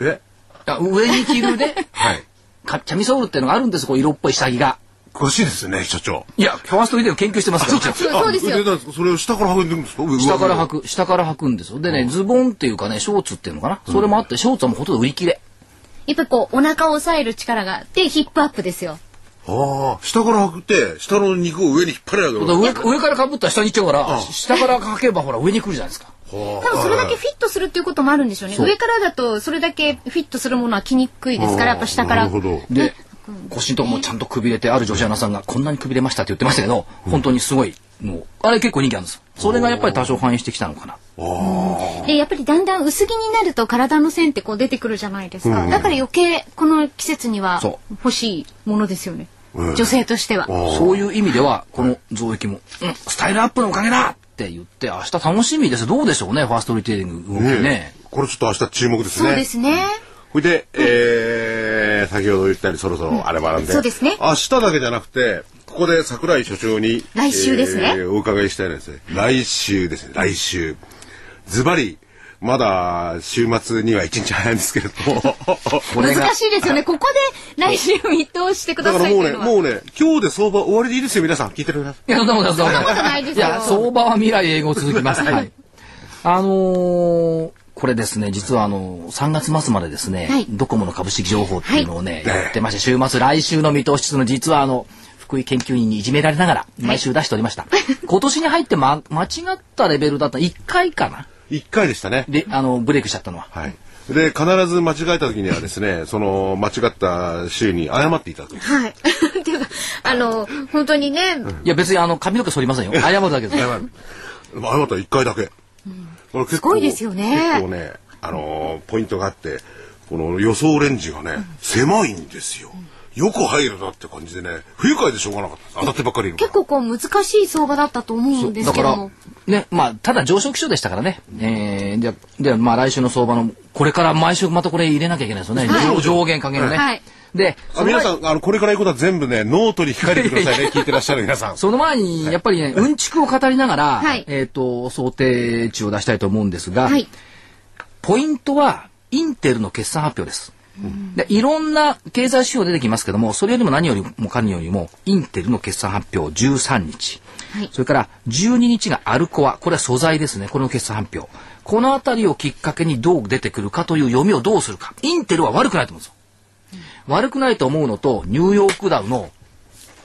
え
あ上に着る で
はい。
かキャミソールっていうのがあるんですこう色っぽい下着が
詳しいですよね、所長。
いやファーストリテイリング研究してますから
そうそうですよ
あなんかそれを下から履いてるんですか上
下から
上
履く下から履くんですよでねズボンっていうかねショーツっていうのかな、それもあってショーツはもうほとんど売り切れ
やっぱりこう、お腹を抑える力があって、ヒップアップですよ。
ああ、下から履くって、下の肉を上に引っ張り上げる。
上上からかぶったら下に行っちゃうから下から履けばほら上に来るじゃないですか
は
多分それだけフィットするっていうこともあるんでしょうね。
そう
上からだと、それだけフィットするものは着にくいですから、やっぱ下か
な
ら。
るほど。
で、腰のとこもちゃんとくびれて、ある女子アナさんがこんなにくびれましたって言ってましたけど、本当にすごい、もう、あれ結構人気あるんですよ。それがやっぱり多少反映してきたのかな。
で、やっぱりだんだん薄着になると体の線ってこう出てくるじゃないですか。だから余計、この季節には
そう
欲しいものですよね。
うん
女性としては。
そういう意味では、この増益も、うん、スタイルアップのおかげだって言って、明日楽しみです。どうでしょうね、ファーストリテイリング動きね。
ねえこれちょっと明日注目ですね。
そうですね。
ほいで、えー、先ほど言ったようにそろそろあればなんで、
そうですね
明日だけじゃなくて、ここで桜井所長に、
来週ですね
えーお伺いしたいのはですね。来週ですね、来週。ズバリ、まだ週末には一日早いんですけれ ども、
これが
難、しいですよね。ここで来週見通してく
だ
だ
から
さいっ
もう
てい
ね、
うのは。
もうね、今日で相場終わりでいいですよ、皆さん。聞いてください。
いや、そんなことない、そんな
そんなこと
な
ない
い。
です
い
よ
や、相場は未来英語続きます。はい。あのーここれですね、実はあの、3月末までですね、
はい
ドコモの株式情報っていうのをね、
はい
やってまして、週末、来週の見通しというのを実はあの、福井研究員にいじめられながら、毎週出しておりました。今年に入って、ま、間違ったレベルだった、1回かな
一回でしたね。
で、あの、ブレイクしちゃったのは。
はい。で、必ず間違えた時にはですね、その、間違った週に謝っていただく。
はい。 っていうか、あの、本当にね、
いや、別にあの、髪の毛剃りませんよ。謝るだけです。
謝る。謝ったら一回だけ。これ結構
すごいですよね
結構ね、あのーポイントがあって、この予想レンジがね、狭いんですよ。よく入るなって感じでね、不愉快でしょうがなかった。当たってばっかりいるから
結構こう難しい相場だったと思うんです
だ
け
か
ど
ら
も。、
ね、まあ、ただ上昇基調でしたからね。えー、じゃ、で、まあ、来週の相場の、これから毎週またこれ入れなきゃいけないですよね。
はい
上限下限のね。
はい
で、
あ皆さん、あの、これから言うことは全部ね、ノートに控えてくださいね。聞いてらっしゃる皆さ ん。
その前に、やっぱりね、うんちくを語りながら、
はい
えっ、と、想定値を出したいと思うんですが、
はい。
ポイントは、インテルの決算発表です。でいろんな経済指標出てきますけども、それよりも何よりもかによりも、インテルの決算発表13日、
はい
それから12日がアルコア、これは素材ですね、これの決算発表。このあたりをきっかけにどう出てくるかという読みをどうするか。インテルは悪くないと思うんですよ。悪くないと思うのと、ニューヨークダウの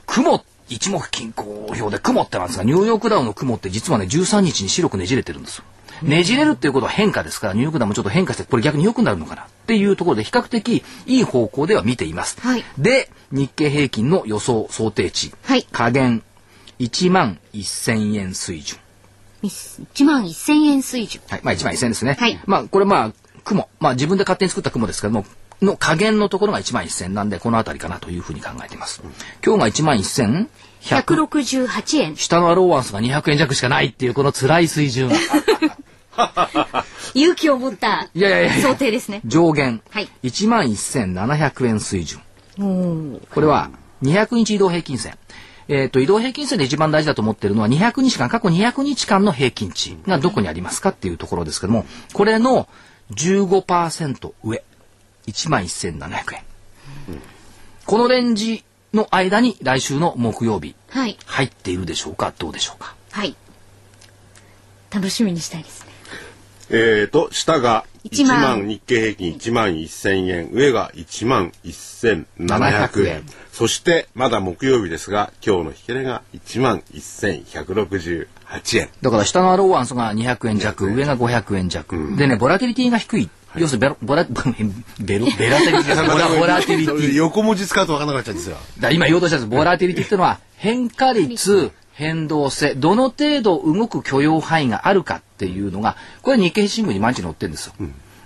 雲、一目均衡表で雲ってなんですが、ニューヨークダウの雲って実はね、13日に白くねじれてるんですよ。ねじれるっていうことは変化ですから、ニューヨークダウもちょっと変化して、これ逆に良くなるのかなっていうところで、比較的いい方向では見ています。
はい
で、日経平均の予想想定値、
はい
下限1万1000円水準。
1万1000円水準。
はい、まあ1万1000円ですね。
はい
まあこれまあ雲、まあ自分で勝手に作った雲ですけども、の加減のところが1万1000なんで、この辺りかなというふうに考えています。今日が1万1100
168円。
下のアローワンスが200円弱しかないっていうこの辛い水 準
勇気を持った
いやいやいやいや
想定ですね。
上限、
はい
1万1700円水準
おー
これは200日移動平均線えっ、と移動平均線で一番大事だと思ってるのは200日間過去200日間の平均値がどこにありますかっていうところですけどもこれの15%上1万1700円、このレンジの間に来週の木曜日
はい。
入っているでしょうかどうでしょうか
はい。楽しみにしたいですね。
えーと、下が
1
1
万
万、日経平均1万1000円、上が1万1700
700
円
円。
そして、まだ木曜日ですが、今日の引け値が1万1168円。
だから下のアローワンスが200円弱、上が500円弱。でね、ボラティリティが低い。要するにベロ、ボラ、ベロ、ベラティリティ。ボラ、ボラティリティ。
横文字使うと分からなくなっちゃうんですよ。
だから今言おうとしたんです。ボラティリティってのは変化率、変動性、どの程度動く許容範囲があるかっていうのが、これ日経新聞に毎日載ってるんですよ。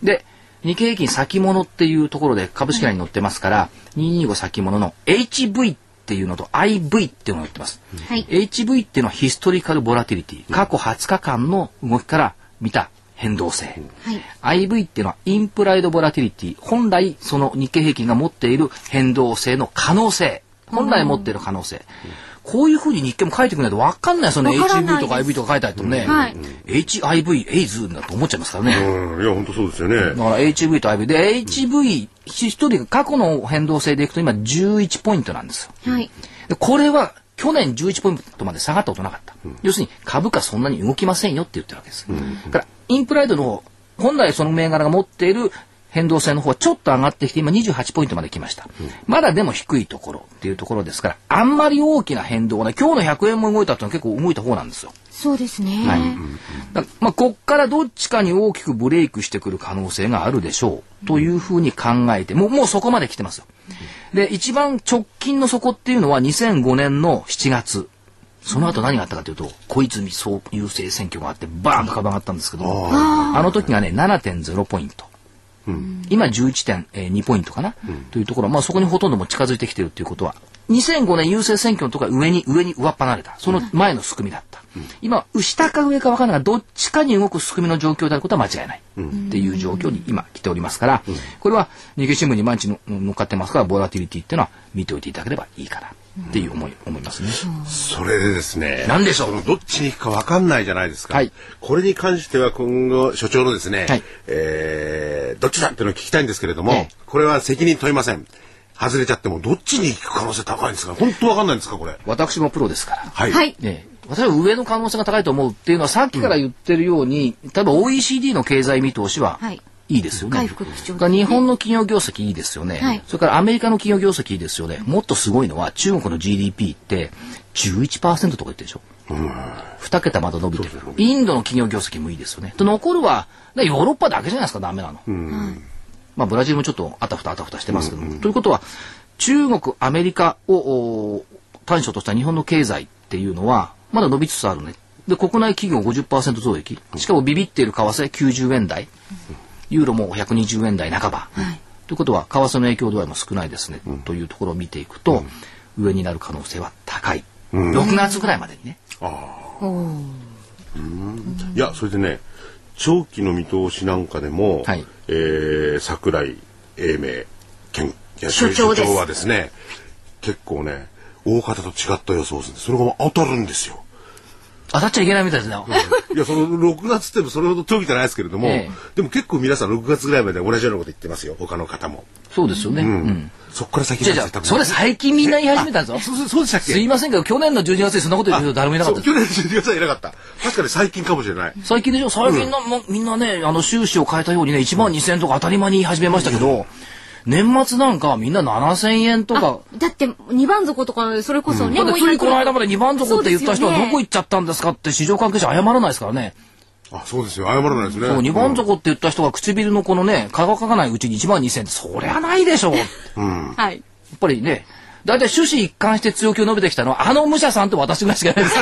で、日経平均先物っていうところで株式欄に載ってますから、225先物の HV っていうのと IV っていうのが載ってます。
はい。
HV っていうのはヒストリカルボラティリティ過去20日間の動きから見た変動性、
はい。
IV っていうのはインプライドボラティリティ本来その日経平均が持っている変動性の可能性本来持っている可能性、こういうふうに日経も書いてくれないと分かんないその
わからない
HV と
です
か IV とか書いてあってもね、
はい
HIV エイズだと思っちゃいますからね、
うん、いや、本当そうですよ
だ
ね。
から HV と IV で HV 一人過去の変動性でいくと今11ポイントなんですよ
はい。
でこれは去年11ポイントまで下がったことなかった、要するに株価そんなに動きませんよって言ってるわけです、だからインプライドの方本来その銘柄が持っている変動性の方はちょっと上がってきて今28ポイントまで来ました、まだでも低いところっていうところですからあんまり大きな変動はね今日の100円も動いたっていうのは結構動いた方なんですよ
そうですね。
はいだまあ、こっからどっちかに大きくブレイクしてくる可能性があるでしょうというふうに考えてもうもうそこまで来てますよ。で一番直近の底っていうのは2005年の7月その後何があったかというと小泉総優勢選挙があってバーンと株上がったんですけどもあの時がね7.0ポイント。今11.2ポイントかな、というところ、まあ、そこにほとんどもう近づいてきてるということは2005年優勢選挙のとこは上に上に上っ離れたその前の仕組みだった、今下か上か分からないがどっちかに動く仕組みの状況であることは間違いない、っていう状況に今来ておりますから、これは日経新聞に毎日の乗っかってますからボラティリティっていうのは見ておいていただければいいかなっていう思い,、思いますね。
それでですね。
何でしょう
そのどっちに行くか分かんないじゃないですか。
はい
これに関しては今後、所長のですね、
はい
えー、どっちだっていうのを聞きたいんですけれども、
ええ
これは責任問いません。外れちゃっても、どっちに行く可能性高いんですか本当分かんないんですかこれ。
私もプロですから、
はい。
はい。
ええ私は上の可能性が高いと思うっていうのは、さっきから言ってるように、例えば OECD の経済見通しは
はい、
いいですよね。
回復基調ですね
だから日本の企業業績いいですよね、
はい
それからアメリカの企業業績いいですよね。もっとすごいのは、中国の GDP って11%とか言ってるでしょ。2桁まだ伸びてる。インドの企業業績もいいですよね。と残るは、ねヨーロッパだけじゃないですか、ダメなの。まあ、ブラジルもちょっとあたふたあたふたしてますけども、ということは中国アメリカをお短所とした日本の経済っていうのはまだ伸びつつあるねで国内企業50%増益しかもビビっている為替90円台ユーロも120円台半ば、ということは為替の影響度合いも少ないですね、というところを見ていくと、上になる可能性は高い、6月ぐらいまでにね
いや、それでね、長期の見通しなんかでも、
はい
えー桜井英明県
所長です
はですね、結構ね、大方と違った予想をするんです。それが当たるんです よ。
当たっちゃいけないみたいですね、
いや、その6月ってそれほど長期じゃないですけれども、
ええ
でも結構皆さん6月ぐらいまで同じようなこと言ってますよ、他の方も。
そうですよね、うん
そっから先
じゃあじゃあそれ最近みんな言い始めたんですよ
そうそうそうでしたっけ
すいませんけど、去年の12月にそんなこと言う人誰もいなかったです
そう去年12月はいなかった。確かに最近かもしれない。
最近でしょ最近の、もうみんなね、あの、収支を変えたようにね、1万2000円とか当たり前に言い始めましたけど、年末なんかはみんな7000円とか、
だって、二番底とか、それこそね、
だって
もう
つ
一回
いこの間まで2番底って言った人は
そうです
ど
よね
こ行っちゃったんですかって市場関係者謝らないですからね。
あ、そうですよ。謝らないですね。
そう、2番底って言った人が唇のこのね、乾かないうちに1万2000円って、そりゃないでしょう。や
はい。
っぱりね、だいたい趣旨一貫して強気を述べてきたのは、あの武者さんと私ぐらいしかいないです。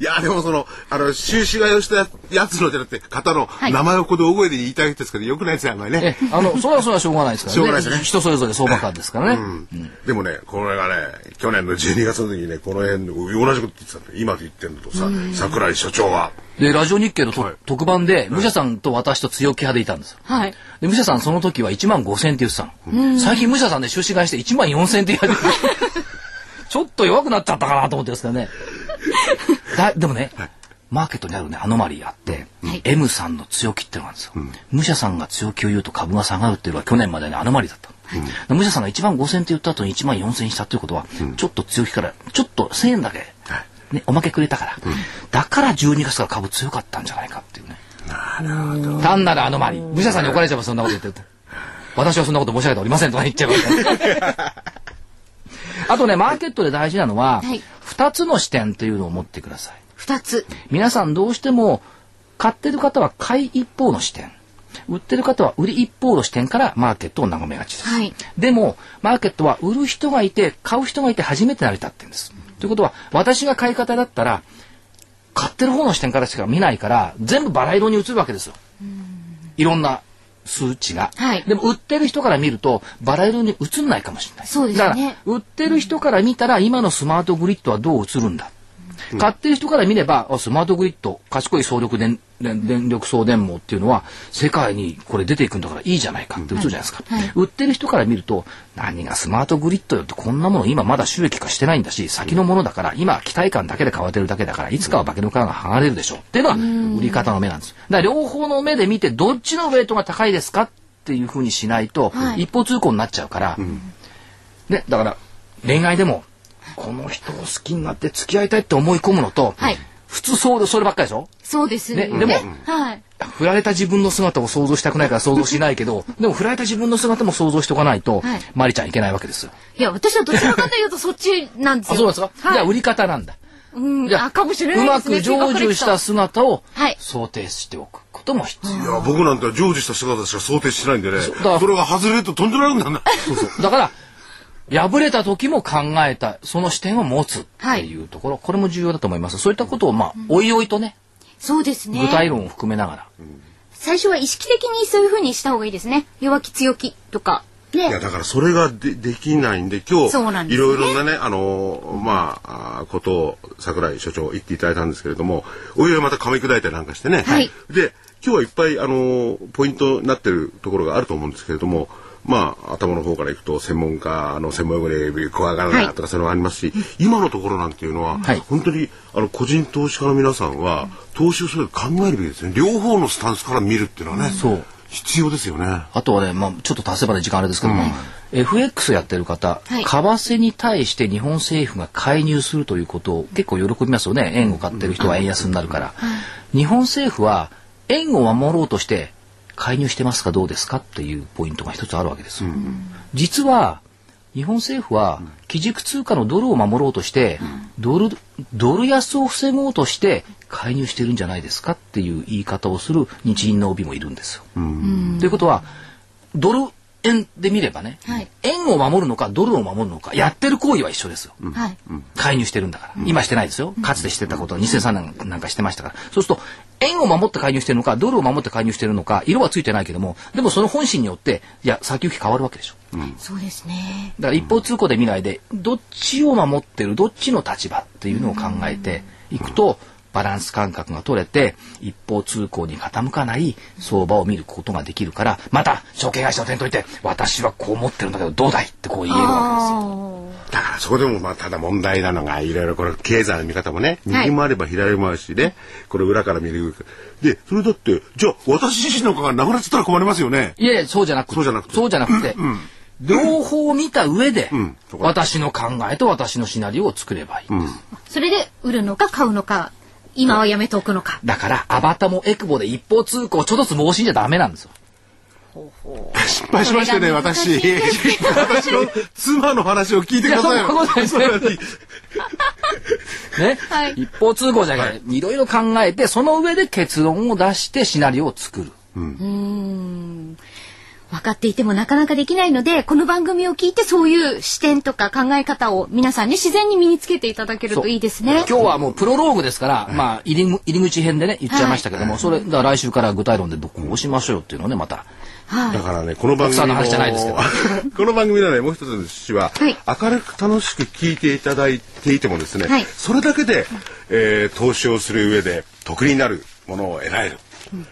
いや、でもその、あの、収支がよしたやつのじゃなくて、方の名前をこの大声で言いたいですけど、よくないですね、あんまり
え
ね。
あの、それはそれはしょうがないですからね。
しょうがないですね
人それぞれ相場感ですからね。
でもね、これがね、去年の12月の時にね、この辺の、同じこと言ってたんだよ今言ってるのとさ、桜井所長は。
で、ラジオ日経のと、
はい
特番で、武者さんと私と強気派でいたんですよ。
はい。
で、武者さんその時は1万5千って言ってたの。最近武者さんで出資買いして1万4千って言われて ちょっと弱くなっちゃったかなと思ってですけど ね。だでもね、マーケットにあるね、アノマリーあって、M さんの強気ってのがあるんですよ。武者さんが強気を言うと株が下がるっていうのは去年までね、アノマリーだったの。で武者さんが1万5千って言った後に1万4千したっていうことは、ちょっと強気から、ちょっと1000円だけ、ね、おまけくれたから、だから12月から株強かったんじゃないかっていうね。単なるアノマリー。武者さんに怒られちゃえばそんなこと言ってると。私はそんなこと申し上げておりませんとか言っちゃいますから。あとね、マーケットで大事なのは
はい、
二、つの視点というのを持ってください。
二つ。
皆さんどうしても、買ってる方は買い一方の視点。売ってる方は売り一方の視点からマーケットを眺めがちです。
はい
でも、マーケットは売る人がいて、買う人がいて初めて成り立ってるんです。ということは、私が買い方だったら、買ってる方の視点からしか見ないから、全部バラ色に映るわけですよ。いろんな数値が。
はい
でも、売ってる人から見ると、バラ色に映んないかもしれない。
そうですね
だから、売ってる人から見たら、今のスマートグリッドはどう映るんだ。買ってる人から見れば、あスマートグリッド、賢い総力電電電力送電網っていうのは、世界にこれ出ていくんだからいいじゃないかって映るじゃないですか。売ってる人から見ると、何がスマートグリッドよってこんなもの今まだ収益化してないんだし、先のものだから、今期待感だけで買われてるだけだから、いつかは化けの皮が剥がれるでしょうっていうのは売り方の目なんです。だから両方の目で見て、どっちのウェイトが高いですかっていうふうにしないと、
はい
一方通行になっちゃうから、ね、だから恋愛でもこの人を好きになって付き合いたいって思い込むのと、
はい
普通そうでそればっかりでしょ
そうですよね。
ねでも
はい。
振られた自分の姿を想像したくないから想像しないけ どでも振られた自分の姿も想像しておかないと、
はい
マリちゃんいけないわけですよ。
いや、私はどちらかというとそっちなんです
あ
よ。
そうなんですか、
はい。
じゃあ売り方なんだ。
うん
じゃあ
あ、かもしれな
う
い
ま
ですね。
く成就した姿を
はい
想定しておくことも必要。
いや、僕なんては成就した姿しか想定してないんでね、そ
だから
れが外れるととんでもなくなるんだ。
そうそう。だから、破れた時も考えた、その視点を持つっていうところ、これも重要だと思います。そういったことを、まあ、おいおいとね、
そうですね。
具体論を含めながら。
最初は意識的にそういうふうにした方がいいですね。弱気強気とか。
いや
ね。
だからそれがでできないんで今
そうなん
日
で
い
すね
ろいろなねあのーまああーことを桜井所長言っていただいたんですけれどもおいおいまた噛み砕いたりなんかしてね、
はい
で今日はいっぱいあのーポイントになってるところがあると思うんですけれどもまあ頭の方からいくと専門家の専門用語で怖がらないとかそういうのがありますし、今のところなんていうのは、
はい
本当にあの個人投資家の皆さんは投資をそれ考えるべきですね両方のスタンスから見るっていうのはね、
そう
必要ですよね。
あとはね、まあ、ちょっと足せばね、時間あれですけども、 FX やってる方、
はい
為替に対して日本政府が介入するということを結構喜びますよね円を買ってる人は円安になるから、日本政府は円を守ろうとして介入してますかどうですかっていうポイントが一つあるわけですよ、実は日本政府は基軸通貨のドルを守ろうとして、ドルドル安を防ごうとして介入してるんじゃないですかっていう言い方をする日銀の帯もいるんですよ。ということはドル円で見ればね、
はい
円を守るのかドルを守るのかやってる行為は一緒ですよ。
はい。
介入してるんだから、今してないですよかつてしてたことは2003年なんかしてましたからそうすると円を守って介入してるのかドルを守って介入してるのか色はついてないけどもでもその本心によっていや先行き変わるわけでしょ
そうですね。
だから一方通行で見ないでどっちを守ってるどっちの立場っていうのを考えていくとバランス感覚が取れて一方通行に傾かない相場を見ることができるからまた証券会社の店頭に行って私はこう思ってるんだけどどうだいってこう言えるわけですよ。
だからそこでもまあただ問題なのがいろいろこれ経済の見方もね
はい
右もあれば左もあるしね、これ裏から見るでそれだってじゃあ私自身の顔がなくなっちゃったら困りますよね
いやいや、そうじゃなくて。
そうじゃなくて
そうじゃなくて両方見た上で、
んそこ
私の考えと私のシナリオを作ればいいんです。
それで売るのか買うのか、今はやめておくのか。
だから、アバタもエクボで一方通行、ちょっとずつ申しんじゃダメなんですよ。
失敗しましたね
これが難し
私
いです
私の妻の話を聞いてくださいよ
いやそんなことないです
そん なに
ね、
はい
一方通行じゃなくて、いろいろ考えて、その上で結論を出してシナリオを作る。
分かっていてもなかなかできないので、この番組を聞いてそういう視点とか考え方を皆さんに自然に身につけていただけるといいですね。
今日はもうプロローグですから、まあ入りむ、入り口編でね、言っちゃいましたけども、それ、だから来週から具体論でどこをしましょうっていうのをね、また。
はい
だ。からね、この番
奥さ
組
んの
の
話じゃないですけど
この番組のね、もう一つの趣旨は、
はい
明るく楽しく聞いていただいていてもですね、
はい
それだけで、えー投資をする上で得になるものを得られる。ね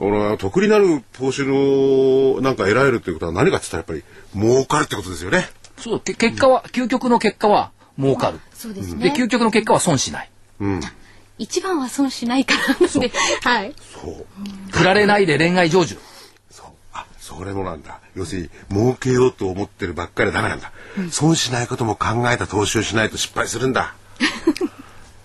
俺は得になる投資のなんか得られるということは何かって言ったらやっぱり儲かるってことですよね。
そう、け結果は、究極の結果は儲かる。
そうです
で、
ね。
究極の結果は損しない。
一番は損しないからなんで、はい。
そう。
振られないで恋愛成就。
そう。あ、それもなんだ。要するに儲けようと思ってるばっかりはダメなんだ。損しないことも考えた投資をしないと失敗するんだ。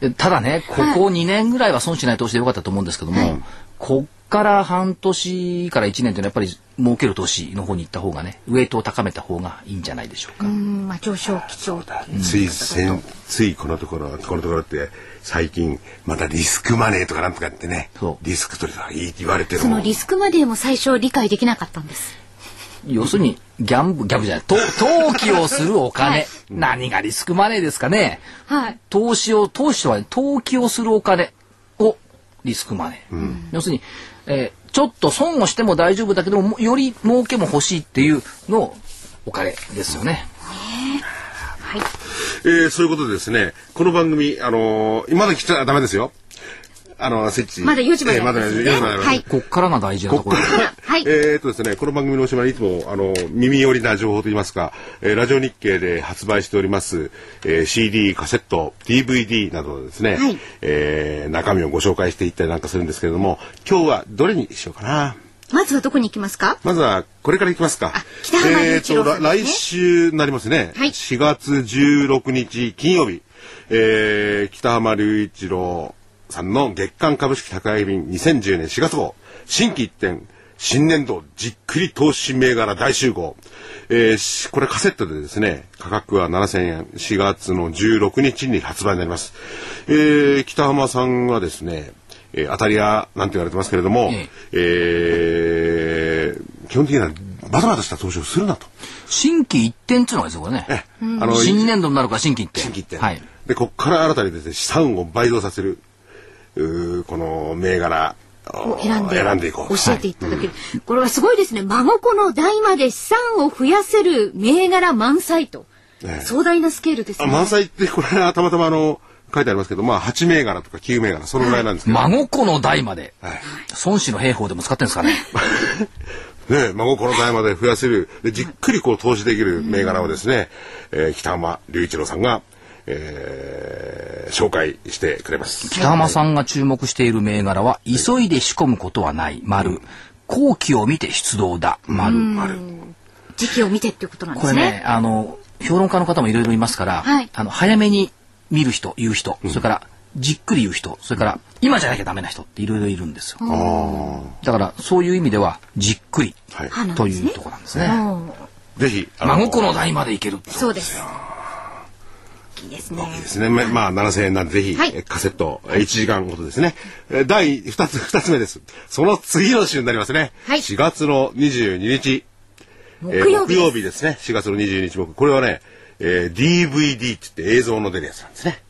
えただね、ここ2年ぐらいは損しない投資でよかったと思うんですけども、こっから半年から1年というのはやっぱり儲ける投資の方に行った方がね、ウェイトを高めた方がいいんじゃないでしょうか。
うん、まあ上昇基調だ。
つい先、ついこのところ、このところって、最近、またリスクマネーとかなんとかってね
そ、う
リスク取りとか言い言われてる
そ
も
の
ん。
リスクまでも最初理解できなかったんです。
要するに、ギャンブ、ギャンブルじゃ ない、と投機をするお金、
はい
何がリスクマネーですかね。
はい。
投資を、投資とは、ね、投機をするお金をリスクマネー。要するに、えーちょっと損をしても大丈夫だけども、より儲けも欲しいっていうのをお金ですよね。
はい。
えーそういうことでですね、この番組、あのー、まだ来たらダメですよ。あのー、スイッチ。
まだ4時まで
えーまだ
で
4
すね
時まであります
はい
こっからが大事なところ。
はい。
えーっとですね、この番組のおしまいにいつも、あの、耳寄りな情報といいますか、えーラジオ日経で発売しております、えー CD、カセット、DVD などのですね、
はい
えー中身をご紹介していったりなんかするんですけれども、今日はどれにしようかな。
まずはどこに行きますか
まずは、これからいきますか。
北原
え
雄
ー
一
と、
郎
ら
さんですね
来週になりますね。
はい
4月16日金曜日、えー北浜隆一郎さんの月間株式宅配便2010年4月号、新規一点、新年度じっくり投資銘柄大集合。えーしこれカセットでですね、価格は7000円、4月の16日に発売になります。えー北浜さんはですね、えー当たり屋なんて言われてますけれども、
え
えー基本的にはバタバタした投資をするなと。
新規一点っていうのがですよ、これね。
あの
新年度になるから新規一点。
新規って、
はい。
でここから新たにですね資産を倍増させるうーこの銘柄を
選んで
選んでいこう
教えていただける、これはすごいですね孫子の代まで資産を増やせる銘柄満載と、
ええ
壮大なスケールです
あ
ね
満載ってこれはたまたまあの書いてありますけどまあ8銘柄とか9銘柄そのぐらいなんですけど、
孫子の代まで、
はい
孫子の兵法でも使ってるんですかね。
ね、孫この代まで増やせるでじっくりこう投資できる銘柄をですね、えー北浜隆一郎さんが、えー紹介してくれます。
北浜さんが注目している銘柄は、急いで仕込むことはない、丸。後期を見て出動だ、丸。
時期を見てっていうことなんで
こ
す
れ
ね。
ね、あの、評論家の方もいろいろいますから、
はい
あの、早めに見る人、言う人、それから、じっくり言う人、それから、今じゃなきゃダメな人っていろいろいるんですよ。
あー
だから、そういう意味では、じっくり、
はい
あなん
と
です
い
ね
うところなんですね。
うん
ぜひ、あの
真心の代までいける。
そうです。いいですね。
ですね。ままあ、7000円なんで、ぜひ、
はい
えカセット、え1時間ほどですね。えー第2つ、2つ目です。その次の週になりますね。
はい
4月の22日。
木
えー
曜日
木曜
です。
日ですね。4月の22日木。これはね、えー DVD って言って映像の出るやつなんですね。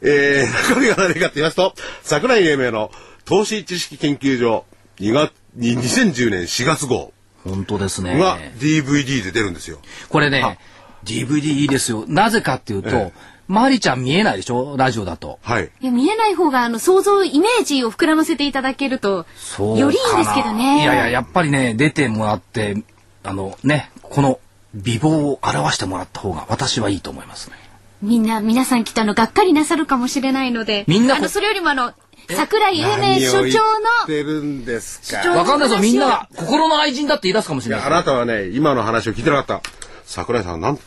えー、中身が何かって言いますと、桜井英明の投資知識研究所2月、に2010年4月号
本当ですね。
が DVD で出るんですよ。
これね、DVD いいですよ。なぜかっていうと、
え
マリちゃん見えないでしょラジオだと。
はい。
いや見えない方があの想像イメージを膨らませていただけると
そうかな
よりいいんですけどね。
いやいや、やっぱりね、出てもらって、あのね、この美貌を表してもらった方が私はいいと思いますね。
みんな皆さんきっとあのがっかりなさるかもしれないので、
みんなこ
あのそれよりもあの桜井英明所
何
長
を
の
言ってるんですか。
所長
わかんないぞ、みんなが心の愛人だって言い出すかもし
い
れない
や、あなたはね、今の話を聞いてなかった。桜井さん、なん、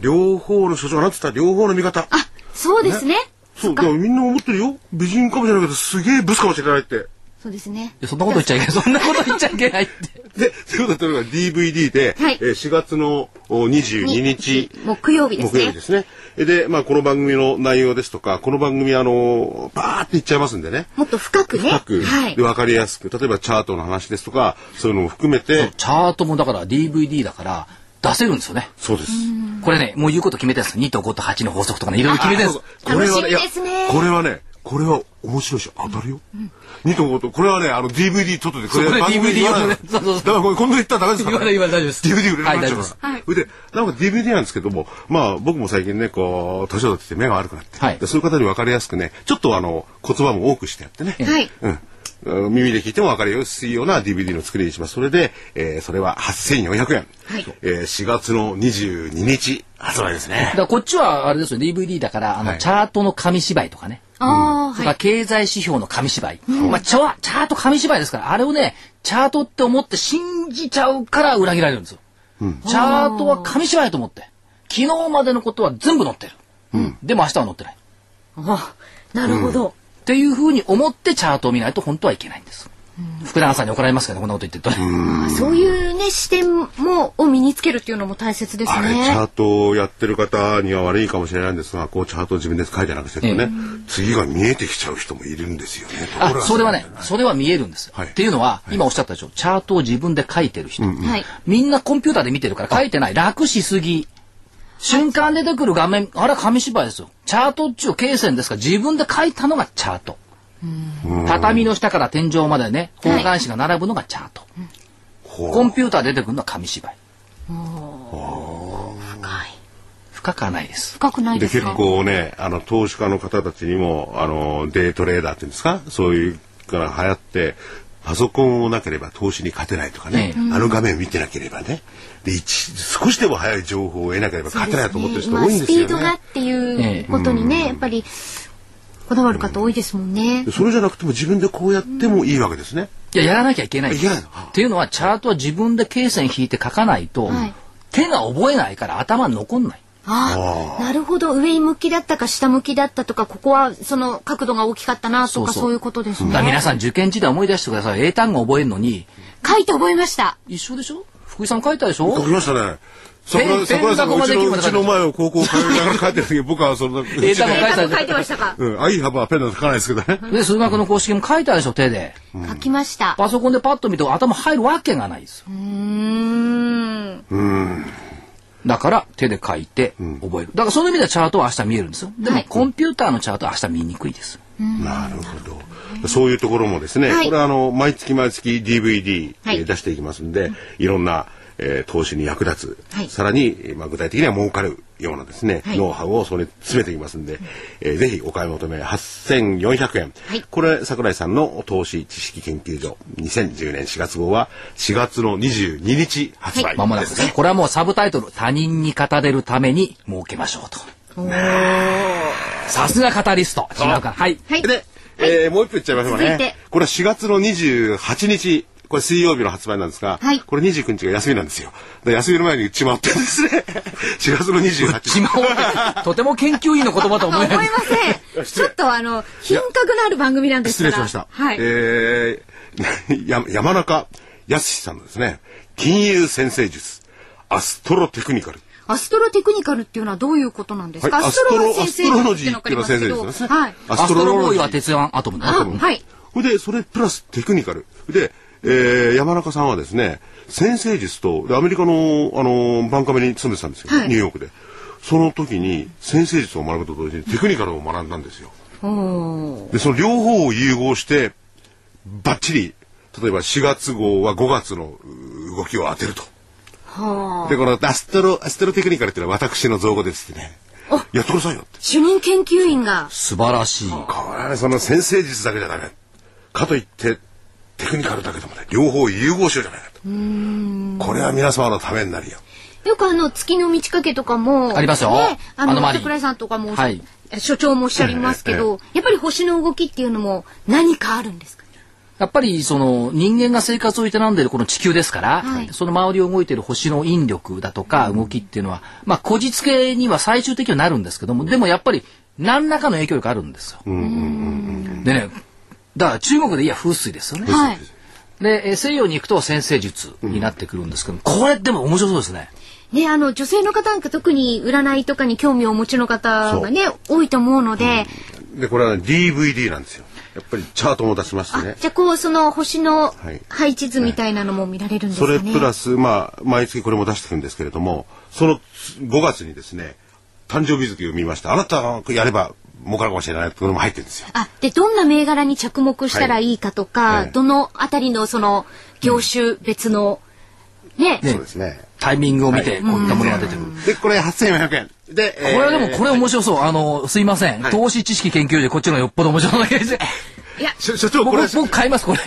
両方の所長がなんつった両方の味方。
あそうですね。
そう、でもみんな思ってるよ。美人かもしれないけど、すげえブスかもしれないって。
そうですね。
いやそんなこと言っちゃい けない。そんなこと言っちゃいけないって。
で、ということで、DVD で、
はい
えー4月のお22日、
木曜日です
木曜日
ね
で。すね。で、まあ、この番組の内容ですとか、この番組、あの、バーって言っちゃいますんでね。
もっと深くね。
深く、
はい
で、。わかりやすく、例えばチャートの話ですとか、そういうのも含めて、
チャートもだから DVD だから出せるんですよね。
そうです。
これね、もう言うこと決めてるんです。2と5と8の法則とかね、いろいろ決めてるんです。
これはね
楽しみですね
いやこれはね、これは面白いし、当たるよ。二と五と、これはね、あの DVD 撮ってて、こ
そうこれ
番組
DVD
言わない
そうそうそう
だからこれ、こんな言ったらダメですから、
言わない言わない大丈夫です
DVD 売れなくなっちゃいます。
は
それで、なんか DVD なんですけども、まあ僕も最近ね、こう、年を取ってきて目が悪くなって、
はい
でそういう方に分かりやすくね、ちょっとあの、言葉も多くしてやってね。
はい
うんうん耳で聞いても分かりやすいような DVD の作りにします。それで、えーそれは8400円。
はい
えー4月の22日発売です
だ
ね。
からこっちはあれですよ、DVD だから、あの、
はい
チャートの紙芝居とかね。
ああ
それ
ー、は
から
い。
経済指標の紙芝居。まあ、チャチャート紙芝居ですから、あれをね、チャートって思って信じちゃうから裏切られるんですよ。チャートは紙芝居と思って。昨日までのことは全部載ってる。でも明日は載ってない。っ
あなるほど。
ていうふうに思ってチャートを見ないと本当はいけないんです。福永さんに怒られますけど、こんなこと言ってるとね。
あそういうね視点もを身につけるっていうのも大切です
あれチャ
ね
ー。トをやってる方には悪いかもしれないんですがこうチャートを自分で書いてなくちゃとね、
ええ
次が見えてきちゃう人もいるんですよね。ところ
あ、
が
それはね、それは見えるんです。
はい
っていうのは、今おっしゃったでしょ、チャートを自分で書いてる人。
はい。
みんなコンピューターで見てるから書いてない。楽しすぎ。瞬間出てくる画面、あれは紙芝居ですよ。チャートっちゅう経線ですから、自分で書いたのがチャート。畳の下から天井までね、
はい
方眼紙が並ぶのがチャート。
ほう
コンピューターで出てくるのは紙芝居。
深い
深くはないです。
深くない
で
です
結
か。
構ねあの投資家の方たちにもあのデイトレーダーっていうんですかそういうから流行ってパソコンをなければ投資に勝てないとかね、
え
あの画面を見てなければねで一少しでも早い情報を得なければ勝てないと思ってる人多いんですよね。
今スピードがっていうことにね、やっぱりこだわる方多いですもんね。
それじゃなくても自分でこうやってもいいわけですね。
いや、やらなきゃいけないんです
いや
っていうのは、チャートは自分で経線引いて書かないと、
はい
手が覚えないから頭に残んない。
ああ、なるほど。上向きだったか下向きだったとか、ここはその角度が大きかったなと
そうそ
か、
う
そういうことです
だから皆
ね。
さん受験時代思い出してください。英単語覚えるのに、
書いて覚えました。
一緒でしょ福井さん書いたでしょ
書きましたね。桜
ペ
井桜
ン
井さんが
ペ
う
ン箱ま
ち
で
の
行き
う
ま
ち
した
の前を高校通いながら帰ってる時僕はその
英単語書い
書
たでしょ
いてましたか。
うん、相幅はペンだと書かないですけどね。
で、数学の公式も書いたでしょ、手で。
書きました。
パソコンでパッと見て頭入るわけがないですよ。
うーん。
だから手で書いて覚える。だからその意味ではチャートは明日見えるんですよ。でも、
はい
コンピューターのチャートは明日見にくいです。
なるほど。そういうところもですね、
はい
これはあの毎月毎月 DVD、
はい
えー出していきますんで、いろんな、えー投資に役立つ、
はい
さらに、えーまあ、具体的には儲かるようなですね、
はい
ノウハウをそれに詰めていきますんで、えーぜひお買い求め8400円、
はい
これ桜井さんの投資知識研究所2010年4月号は4月の22日発売ですね。
まもなくですね。これはもうサブタイトル、他人に語れるために儲けましょうと。さすがカタリスト。違うか。はい。
はい。
で、えーもう一個言っちゃいましょうかね。
続いて
これは4月の28日、これ水曜日の発売なんですが、
はい
これ29日が休みなんですよ。だから休みの前に打ち回ってるんですね。4月の28日。
島尾 ってとても研究員の言葉とは思
思
え
いま
ない。
せん。ちょっとあの、品格のある番組なんです
失
から。
礼しました。
はい。
えー、や山中康さんのですね、金融先生術、アストロテクニカル。
アストロテクニカルっていうのはどういうことなんですか、
はい
アストロは
ア
先
ス
生
トロアストロロ
っ
ジー
て
っ
のわか
ていう
り
の
ま
は先生で
すけど。
すね。
はい。
ア
ア
ス
ス
ト
ト
ロ
ロ
ロ
ボー
ジ
イ
ー
は鉄腕アトムだな。
あはい。
で、それプラステクニカル。で、えー山中さんはですね、先生術と、でアメリカの、あのーバンカメに勤めてたんですよ、
はい
ニューヨークで。その時に、先生術を学ぶと同時にテクニカルを学んだんですよ。
おー
で、その両方を融合して、バッチリ、例えば4月号は5月のう動きを当てると。
はあ。
で、このアストロ、アストロテクニカルっていうのは私の造語ですってね。やってくださいよって。
主任研究員が。
素晴らしい。
これはねその先生術だけじゃダメ。かといって、テクニカルだけでもね、両方融合しようじゃないかと。これは皆様のためになるよ。
よくあの、月の満ち欠けとかも。
ありますよ
ね、あ
あ
の、
の周り
桜井さんとかも、
はい
所長もおっしゃりますけど、やっぱり星の動きっていうのも何かあるんですか
やっぱりその人間が生活を営んでいるこの地球ですから、
はい
その周りを動いている星の引力だとか動きっていうのは、まあこじつけには最終的にはなるんですけども、でもやっぱり何らかの影響力あるんですよ。でね、だから中国でいや風水ですよね。
はい。
で、えー西洋に行くと先生術になってくるんですけども、これでも面白そうですね。
ね、あの、女性の方なんか特に占いとかに興味をお持ちの方がね、多いと思うので、
で、これはね DVD なんですよ。やっぱりチャートも出しましてね
あ。じゃあこうその星の
はい
配置図みたいなのも見られるんです
そ
かね。
れプラス、まあ、毎月これも出してくるんですけれども、その5月にですね、誕生日月を見ました。あなたがやれば儲かるかもしれないってこれも入ってるんですよ。
あでどんな銘柄に着目したらいいかとか、
はい
どのあたりのその業種別の、ね
ね
そうですね。
タイミングを見てこういったものが出てくる。
で、これ8400円。で、
これはでも、これ面白そう。あの、すいません。
い
投資知識研究所でこっちの方がよっぽど面白いだけ です。
いや
所所長、こ
僕
れ、、
僕買います、これ。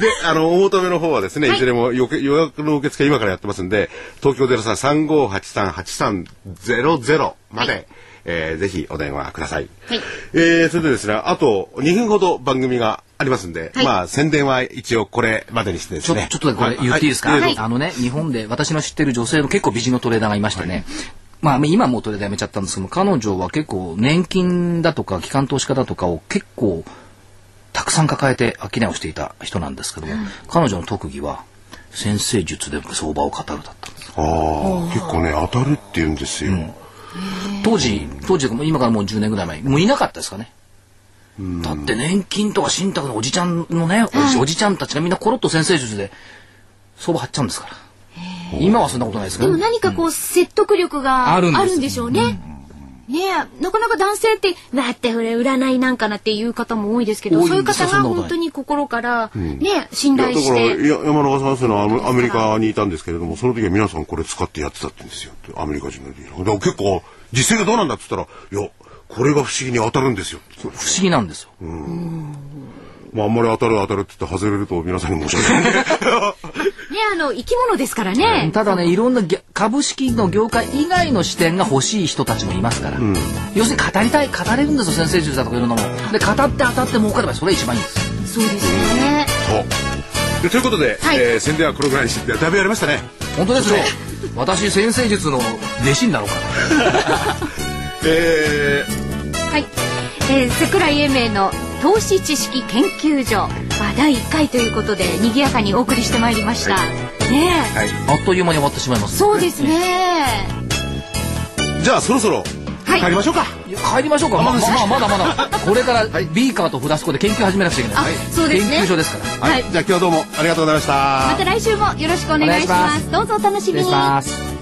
で、あの、お求めの方はですね、いずれもよけ予約の受付今からやってますんで、東京0335838300まで、えーぜひお電話ください。
はい
えーそれでですね、あと2分ほど番組がありますんで、
はい
まあ、宣伝は一応これまでにしてで
ち
す
ょ
ね。
ちょっとだけこれ言っていいですか、
は
はい
あのね、日本で私の知ってる女性の結構美人のトレーダーがいましてね、まあ今もうトレーダーやめちゃったんですけども、彼女は結構年金だとか、機関投資家だとかを結構たくさん抱えて商いをしていた人なんですけども、彼女の特技は先生術で相場を語るだったんです。
ああ、結構ね、当たるって言うんですよ。
当時、当時、今からもう10年ぐらい前、もういなかったですかね。だって年金とか信託のおじちゃんのね、おじおじちゃんたちがみんなコロッと先生術で相場張っちゃうんですから。今はそんなことないですけ
で
ど
も。何かこう説得力があ
あ
る
るんです
んでしょうね。ねえなかなか男性って「だって俺占いなんかな」っていう方も多いですけど
多い
そういう方
そん
が
なことない
本当に心から、ねえ信
いやだ
頼
か
し
ら
て
いや山中さんはそのアメアメリカにいたんですけれどもその時は皆さんこれ使ってやってたって言うんですよアメリカ人のリーダーだから結構実践がどうなんだって言ったら「いやこれが不思議に当たるんですよ」
不思議なんですよ。
まあ、あんまり当たる当たるって言って外れると皆さんに申し 訳ない
ねえあの生き物ですからね。
ただね、いろんなぎゃ株式の業界以外の視点が欲しい人たちもいますから。要するに語りたい、語れるんですよ、先生術だとかいろんなもの。で、語って当たって儲かればそれ一番いいんです。
そうですよね。
そうでということで、
はい
えー宣伝はこのぐらいにしてだいぶやりましたね
本当ですね。私、先生術の弟子になろうかな。
え
はい、えー、桜井英明の投資知識研究所、まあ、第1回ということで賑やかにお送りしてまいりました、ね
ー
え、
はい、
あっという間に終わってしまいます。
そうですね
じゃあそろそろ
はい
帰りましょうか、
帰りましょうか。まあ、まあ、まだま だ。これから、ビーカーとフラスコで研究始めなくちゃいけない。
あそうですね
研究所ですから。
はい
じゃあ今日はどうもありがとうございました
また来週もよろしくお願いします
お
どうぞお楽し
失
み
礼
に
します。